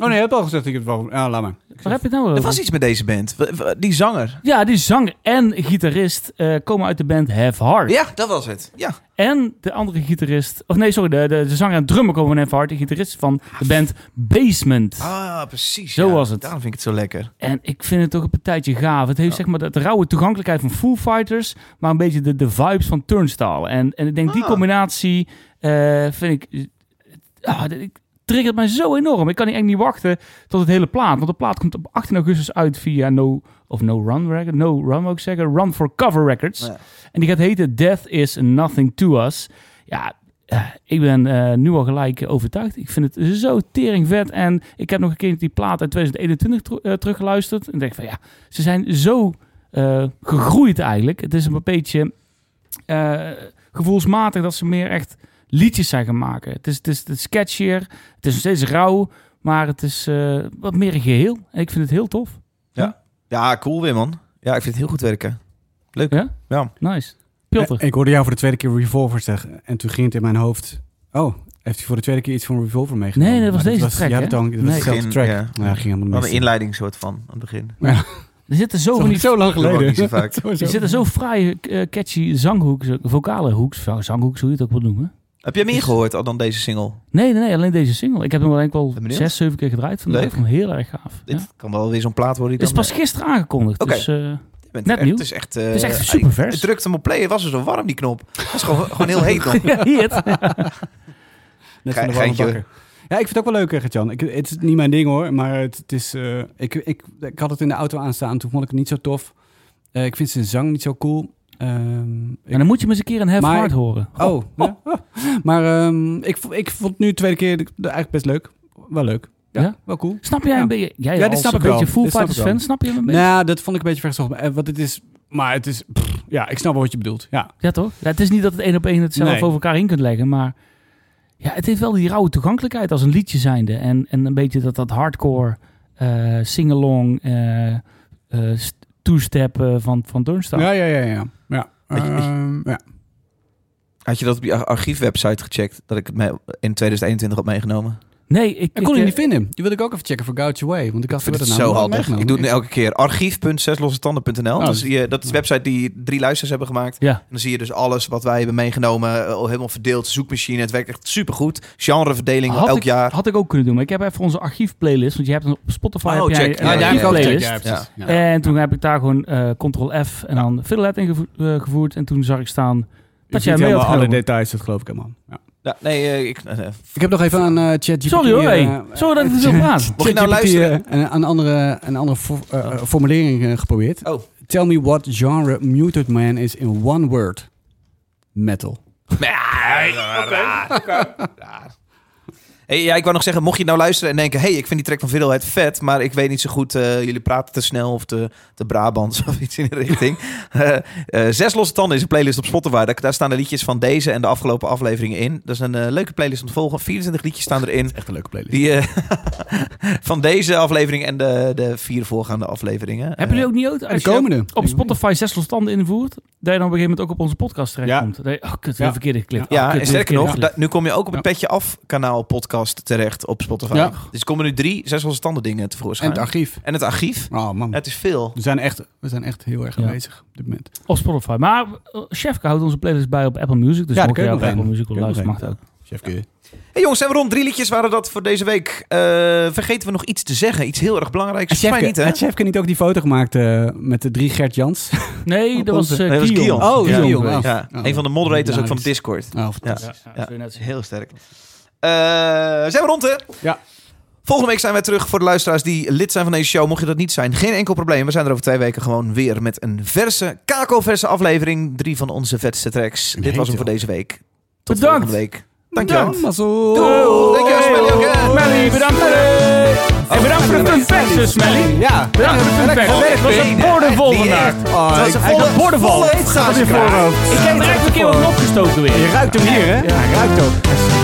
Speaker 3: Oh nee, je hebt al gezegd. Ik heb het wel. Ja, laat maar.
Speaker 1: Waar heb je het nou
Speaker 2: Er
Speaker 1: over?
Speaker 2: was iets met deze band. W- w- Die zanger.
Speaker 1: Ja, die zanger en gitarist eh, komen uit de band Have Heart.
Speaker 2: Ja, dat was het. Ja.
Speaker 1: En de andere gitarist... Of nee, sorry. De, de, de zanger en drummer komen van Have Heart. De gitarist van de band Basement.
Speaker 2: Ah, precies.
Speaker 1: Zo
Speaker 2: ja.
Speaker 1: was het.
Speaker 2: Daarom vind ik het zo lekker.
Speaker 1: En ik vind het toch een partijtje gaaf. Het heeft zeg maar de, de rauwe toegankelijkheid van Foo Fighters, maar een beetje de, de vibes van Turnstile. En, en ik denk die
Speaker 2: Ah.
Speaker 1: combinatie eh, vind ik, ah, dit- ik triggert mij zo enorm. Ik kan echt niet wachten tot het hele plaat. Want de plaat komt op 18 augustus uit via No of No Run Record, No Run moet ik zeggen, Run for Cover Records.
Speaker 2: Ja.
Speaker 1: En die gaat heten Death is Nothing to Us. Ja. eh, Ik ben eh, nu al gelijk eh, overtuigd. Ik vind het zo teringvet. En ik heb nog een keer die plaat uit 2021 teru- eh, teruggeluisterd. En denk van ja, ze zijn zo eh, gegroeid eigenlijk. Het is een beetje eh, gevoelsmatig dat ze meer echt liedjes zijn gaan maken. Het is, het is, het is sketchier, het is nog steeds rauw, maar het is eh, wat meer een geheel. En ik vind het heel tof.
Speaker 2: Ja, cool weer, man. Ja, ik vind het heel goed werken.
Speaker 1: Nice. Pilter.
Speaker 3: Eh, Ik hoorde jou voor de tweede keer Revolver zeggen. En toen ging het in mijn hoofd. Oh, heeft hij voor de tweede keer iets van Revolver meegenomen?
Speaker 1: Nee, dat was
Speaker 3: Maar
Speaker 1: deze track,
Speaker 3: Ja,
Speaker 1: hè?
Speaker 3: dat was
Speaker 1: Nee.
Speaker 3: dezelfde
Speaker 2: Geen-
Speaker 3: track.
Speaker 2: ja.
Speaker 3: Ja, ging helemaal
Speaker 2: Wat
Speaker 3: niet
Speaker 2: een inleiding soort van, aan het begin.
Speaker 1: Er zitten zo van die
Speaker 3: zo lang
Speaker 2: geleden. Dat mag niet zo vaak.
Speaker 1: Er zitten zo fraaie, eh, catchy zanghoeks, vocale hoeks, zanghoeks, hoe je het ook wilt noemen.
Speaker 2: Heb jij meer gehoord al dan deze single?
Speaker 1: Nee, nee, nee, alleen deze single. Ik heb hem wel denk ik wel
Speaker 2: Ben benieuwd.
Speaker 1: zes, zeven keer gedraaid. Vandaag.
Speaker 2: Leuk.
Speaker 1: Ik vond hem heel erg gaaf. Ja.
Speaker 2: Dit kan wel weer zo'n plaat worden.
Speaker 1: Het is
Speaker 2: Die
Speaker 1: pas gisteren aangekondigd.
Speaker 2: eh, Oké.
Speaker 1: Dus, eh,
Speaker 2: Je bent
Speaker 1: net
Speaker 2: echt-
Speaker 1: nieuw.
Speaker 2: Het is echt, eh,
Speaker 1: het is echt
Speaker 2: ah,
Speaker 1: super
Speaker 2: Ik
Speaker 1: vers.
Speaker 2: drukte hem op play. Het was zo warm, die knop. Het was gewoon, gewoon heel heet nog.
Speaker 1: Ja, hit.
Speaker 3: Net van de
Speaker 2: Ge-
Speaker 3: warme
Speaker 2: geintje.
Speaker 3: bakker. Ja, ik vind het ook wel leuk, Gertjan. Ik, het is niet mijn ding hoor, maar het, het is... eh, ik, ik, ik had het in de auto aanstaan, toen vond ik het niet zo tof. Eh, ik vind zijn zang niet zo cool. Ehm, ik-
Speaker 1: En dan moet je hem eens een keer een Have
Speaker 3: Maar-
Speaker 1: Hard horen.
Speaker 3: oh, ja. maar ehm, ik, vo- ik vond het nu de tweede keer de- de- eigenlijk best leuk. Wel leuk. Ja,
Speaker 1: Ja?
Speaker 3: wel cool.
Speaker 1: Snap jij
Speaker 3: Ja.
Speaker 1: een beetje... Jij
Speaker 3: Ja, dit
Speaker 1: als
Speaker 3: snap
Speaker 1: een
Speaker 3: ik wel.
Speaker 1: beetje Foo
Speaker 3: Dit snap ik
Speaker 1: Fighters fan,
Speaker 3: wel.
Speaker 1: snap je hem een beetje?
Speaker 3: Nou, dat vond ik een beetje vergezocht. Maar, eh, Want het is... Maar het is... pff, ja, ik snap wel wat je bedoelt. Ja.
Speaker 1: Ja, toch? Ja, het is niet dat het één op één het zelf
Speaker 3: Nee.
Speaker 1: over elkaar in kunt leggen, maar... Ja, het heeft wel die rauwe toegankelijkheid als een liedje zijnde. En, en een beetje dat, dat hardcore eh sing-along eh, eh, st- two-step eh, van, van Turnstile.
Speaker 3: Ja, ja, ja, ja. Ja.
Speaker 2: Weet je-
Speaker 3: Ehm, ja.
Speaker 2: Had je dat op je ar- archiefwebsite gecheckt? Dat ik het mee, in 2021 had meegenomen?
Speaker 1: Nee, ik...
Speaker 3: Ik kon
Speaker 1: ik,
Speaker 3: hem
Speaker 1: eh,
Speaker 3: niet vinden. Die wilde ik ook even checken voor Gouch Way. Want ik
Speaker 2: Ik
Speaker 3: dacht,
Speaker 2: vind
Speaker 3: dat
Speaker 2: het
Speaker 3: nou
Speaker 2: zo
Speaker 3: nooit
Speaker 2: handig.
Speaker 3: meegenomen.
Speaker 2: Ik doe het nu elke keer. Archief.zeslossetanden.nl.
Speaker 3: Oh,
Speaker 2: dat, is die, eh, dat is de website die drie luisters hebben gemaakt.
Speaker 1: Ja.
Speaker 2: En dan zie je dus alles wat wij hebben meegenomen. eh, Helemaal verdeeld. Zoekmachine. Het werkt echt supergoed. Genreverdeling
Speaker 1: Had
Speaker 2: elk
Speaker 1: ik,
Speaker 2: jaar.
Speaker 1: Had ik ook kunnen doen, maar ik heb even onze archiefplaylist. Want je hebt een, op Spotify
Speaker 2: Oh,
Speaker 1: heb jij
Speaker 2: check.
Speaker 1: een
Speaker 2: Ja,
Speaker 3: Ja, daar heb ik ook
Speaker 1: archiefplaylist.
Speaker 3: gecheckt. Ja, precies. Ja. Eh,
Speaker 1: En toen heb ik daar gewoon eh, ctrl F en dan fiddlehead ingevoerd. eh, gevoerd en toen zag ik staan...
Speaker 3: Je
Speaker 1: jij
Speaker 3: ziet
Speaker 1: mee had
Speaker 3: helemaal alle
Speaker 1: genomen.
Speaker 3: details, dat geloof ik helemaal. Ja.
Speaker 2: Ja, nee, eh, ik, eh, eh,
Speaker 3: Ik heb nog even aan eh ChatGPT...
Speaker 1: Sorry hoor, hey.
Speaker 3: eh,
Speaker 1: sorry dat ik te veel
Speaker 3: eh,
Speaker 1: praat.
Speaker 2: Mocht je nou
Speaker 3: ChatGPT,
Speaker 2: luisteren?
Speaker 3: eh, Een, een andere, een andere vo- eh, eh, formulering eh, geprobeerd.
Speaker 2: Oh.
Speaker 3: Tell me what genre Muted Man is in one word. Metal.
Speaker 2: Hey, ja, ik wou nog zeggen, mocht je nou luisteren en denken... hey, ik vind die track van Fiddlehead vet, maar ik weet niet zo goed... eh, jullie praten te snel of te, te Brabants of iets in de richting. Eh, eh, Zes Losse Tanden is een playlist op Spotify. Daar, daar staan de liedjes van deze en de afgelopen afleveringen in. Dat is een eh, leuke playlist om te volgen. 24 liedjes staan erin.
Speaker 3: Echt een leuke playlist.
Speaker 2: Die, eh, van deze aflevering en de, de vier voorgaande afleveringen.
Speaker 1: Hebben jullie ook niet ooit...
Speaker 3: En
Speaker 1: Als
Speaker 3: de
Speaker 1: je
Speaker 3: komende.
Speaker 1: op Spotify zes losstanden invoert, dat je dan op een gegeven moment ook op onze podcast terechtkomt. komt. Oh, kut, weer
Speaker 3: Ja.
Speaker 1: verkeerde clip.
Speaker 2: Ja,
Speaker 1: Oh,
Speaker 3: Ah,
Speaker 1: kut,
Speaker 2: en
Speaker 1: weer
Speaker 2: sterker
Speaker 1: verkeerde
Speaker 2: nog,
Speaker 1: clip.
Speaker 2: da- nu kom je ook op het Petje Af kanaal podcast terecht op Spotify.
Speaker 3: Ja.
Speaker 2: Dus er komen nu drie Zes Losse Tanden dingen
Speaker 3: En
Speaker 2: tevoorschijn.
Speaker 3: het archief.
Speaker 2: en het archief.
Speaker 3: Oh man,
Speaker 2: Het is veel.
Speaker 3: we zijn echt, we zijn echt heel erg
Speaker 1: Ja.
Speaker 3: aanwezig op dit moment.
Speaker 1: Op Spotify. Maar eh, Chefke houdt onze playlist bij op Apple Music. Dus
Speaker 3: Ja, daar
Speaker 1: mocht
Speaker 3: kun je
Speaker 1: je op
Speaker 3: ook nog
Speaker 1: Apple
Speaker 3: een.
Speaker 1: Music
Speaker 3: Kun
Speaker 1: wil
Speaker 3: je nog
Speaker 1: luisteren, mag
Speaker 3: een.
Speaker 1: dat ook.
Speaker 3: Chefke.
Speaker 2: Hey jongens, zijn we rond? Drie liedjes waren dat voor deze week. Eh, vergeten we nog iets te zeggen? Iets heel erg belangrijks? Volgens mij niet, hè? Oh,
Speaker 3: Had Chefke niet ook die foto gemaakt eh, met de drie Gert Jans?
Speaker 1: Nee,
Speaker 3: Op
Speaker 1: dat was
Speaker 3: onze-
Speaker 1: eh,
Speaker 2: Nee, dat was
Speaker 1: Kion.
Speaker 2: Kion.
Speaker 3: Oh,
Speaker 2: Ja.
Speaker 3: Kion,
Speaker 1: geweest.
Speaker 3: ja.
Speaker 2: Ja,
Speaker 3: Oh.
Speaker 2: een van de moderators ook van
Speaker 3: Belangrijk.
Speaker 2: Discord.
Speaker 3: Oh, fantastisch.
Speaker 1: Ja,
Speaker 2: Ja,
Speaker 1: dat vind je net zo-
Speaker 2: heel sterk. Eh, zijn we rond, hè?
Speaker 3: Ja.
Speaker 2: Volgende week zijn wij terug voor de luisteraars die lid zijn van deze show. Mocht je dat niet zijn, geen enkel probleem. We zijn er over twee weken gewoon weer met een verse, kakelverse aflevering. Drie van onze vetste tracks. Dit was hem voor deze week. Tot
Speaker 1: Bedankt.
Speaker 2: volgende week. Dankjewel.
Speaker 3: Ja, mazzel.
Speaker 2: Dankjewel, Smelly. Oké.
Speaker 3: Oh,
Speaker 1: Smelly, bedankt voor
Speaker 2: Oh,
Speaker 1: de... En bedankt voor de fun facts, Smelly.
Speaker 3: Ja.
Speaker 1: Bedankt voor de fun facts. Het was een bordenvol
Speaker 2: Die
Speaker 1: vandaag.
Speaker 2: echt.
Speaker 3: Oh,
Speaker 2: Dat is een
Speaker 3: hij
Speaker 2: volle,
Speaker 3: kan
Speaker 2: volle
Speaker 3: bordenvol.
Speaker 2: eetzaal.
Speaker 3: voorhoofd.
Speaker 1: Ik heb er echt een keer wat opgestoken weer.
Speaker 3: Je ruikt hem hier, hè? Hij ruikt ook.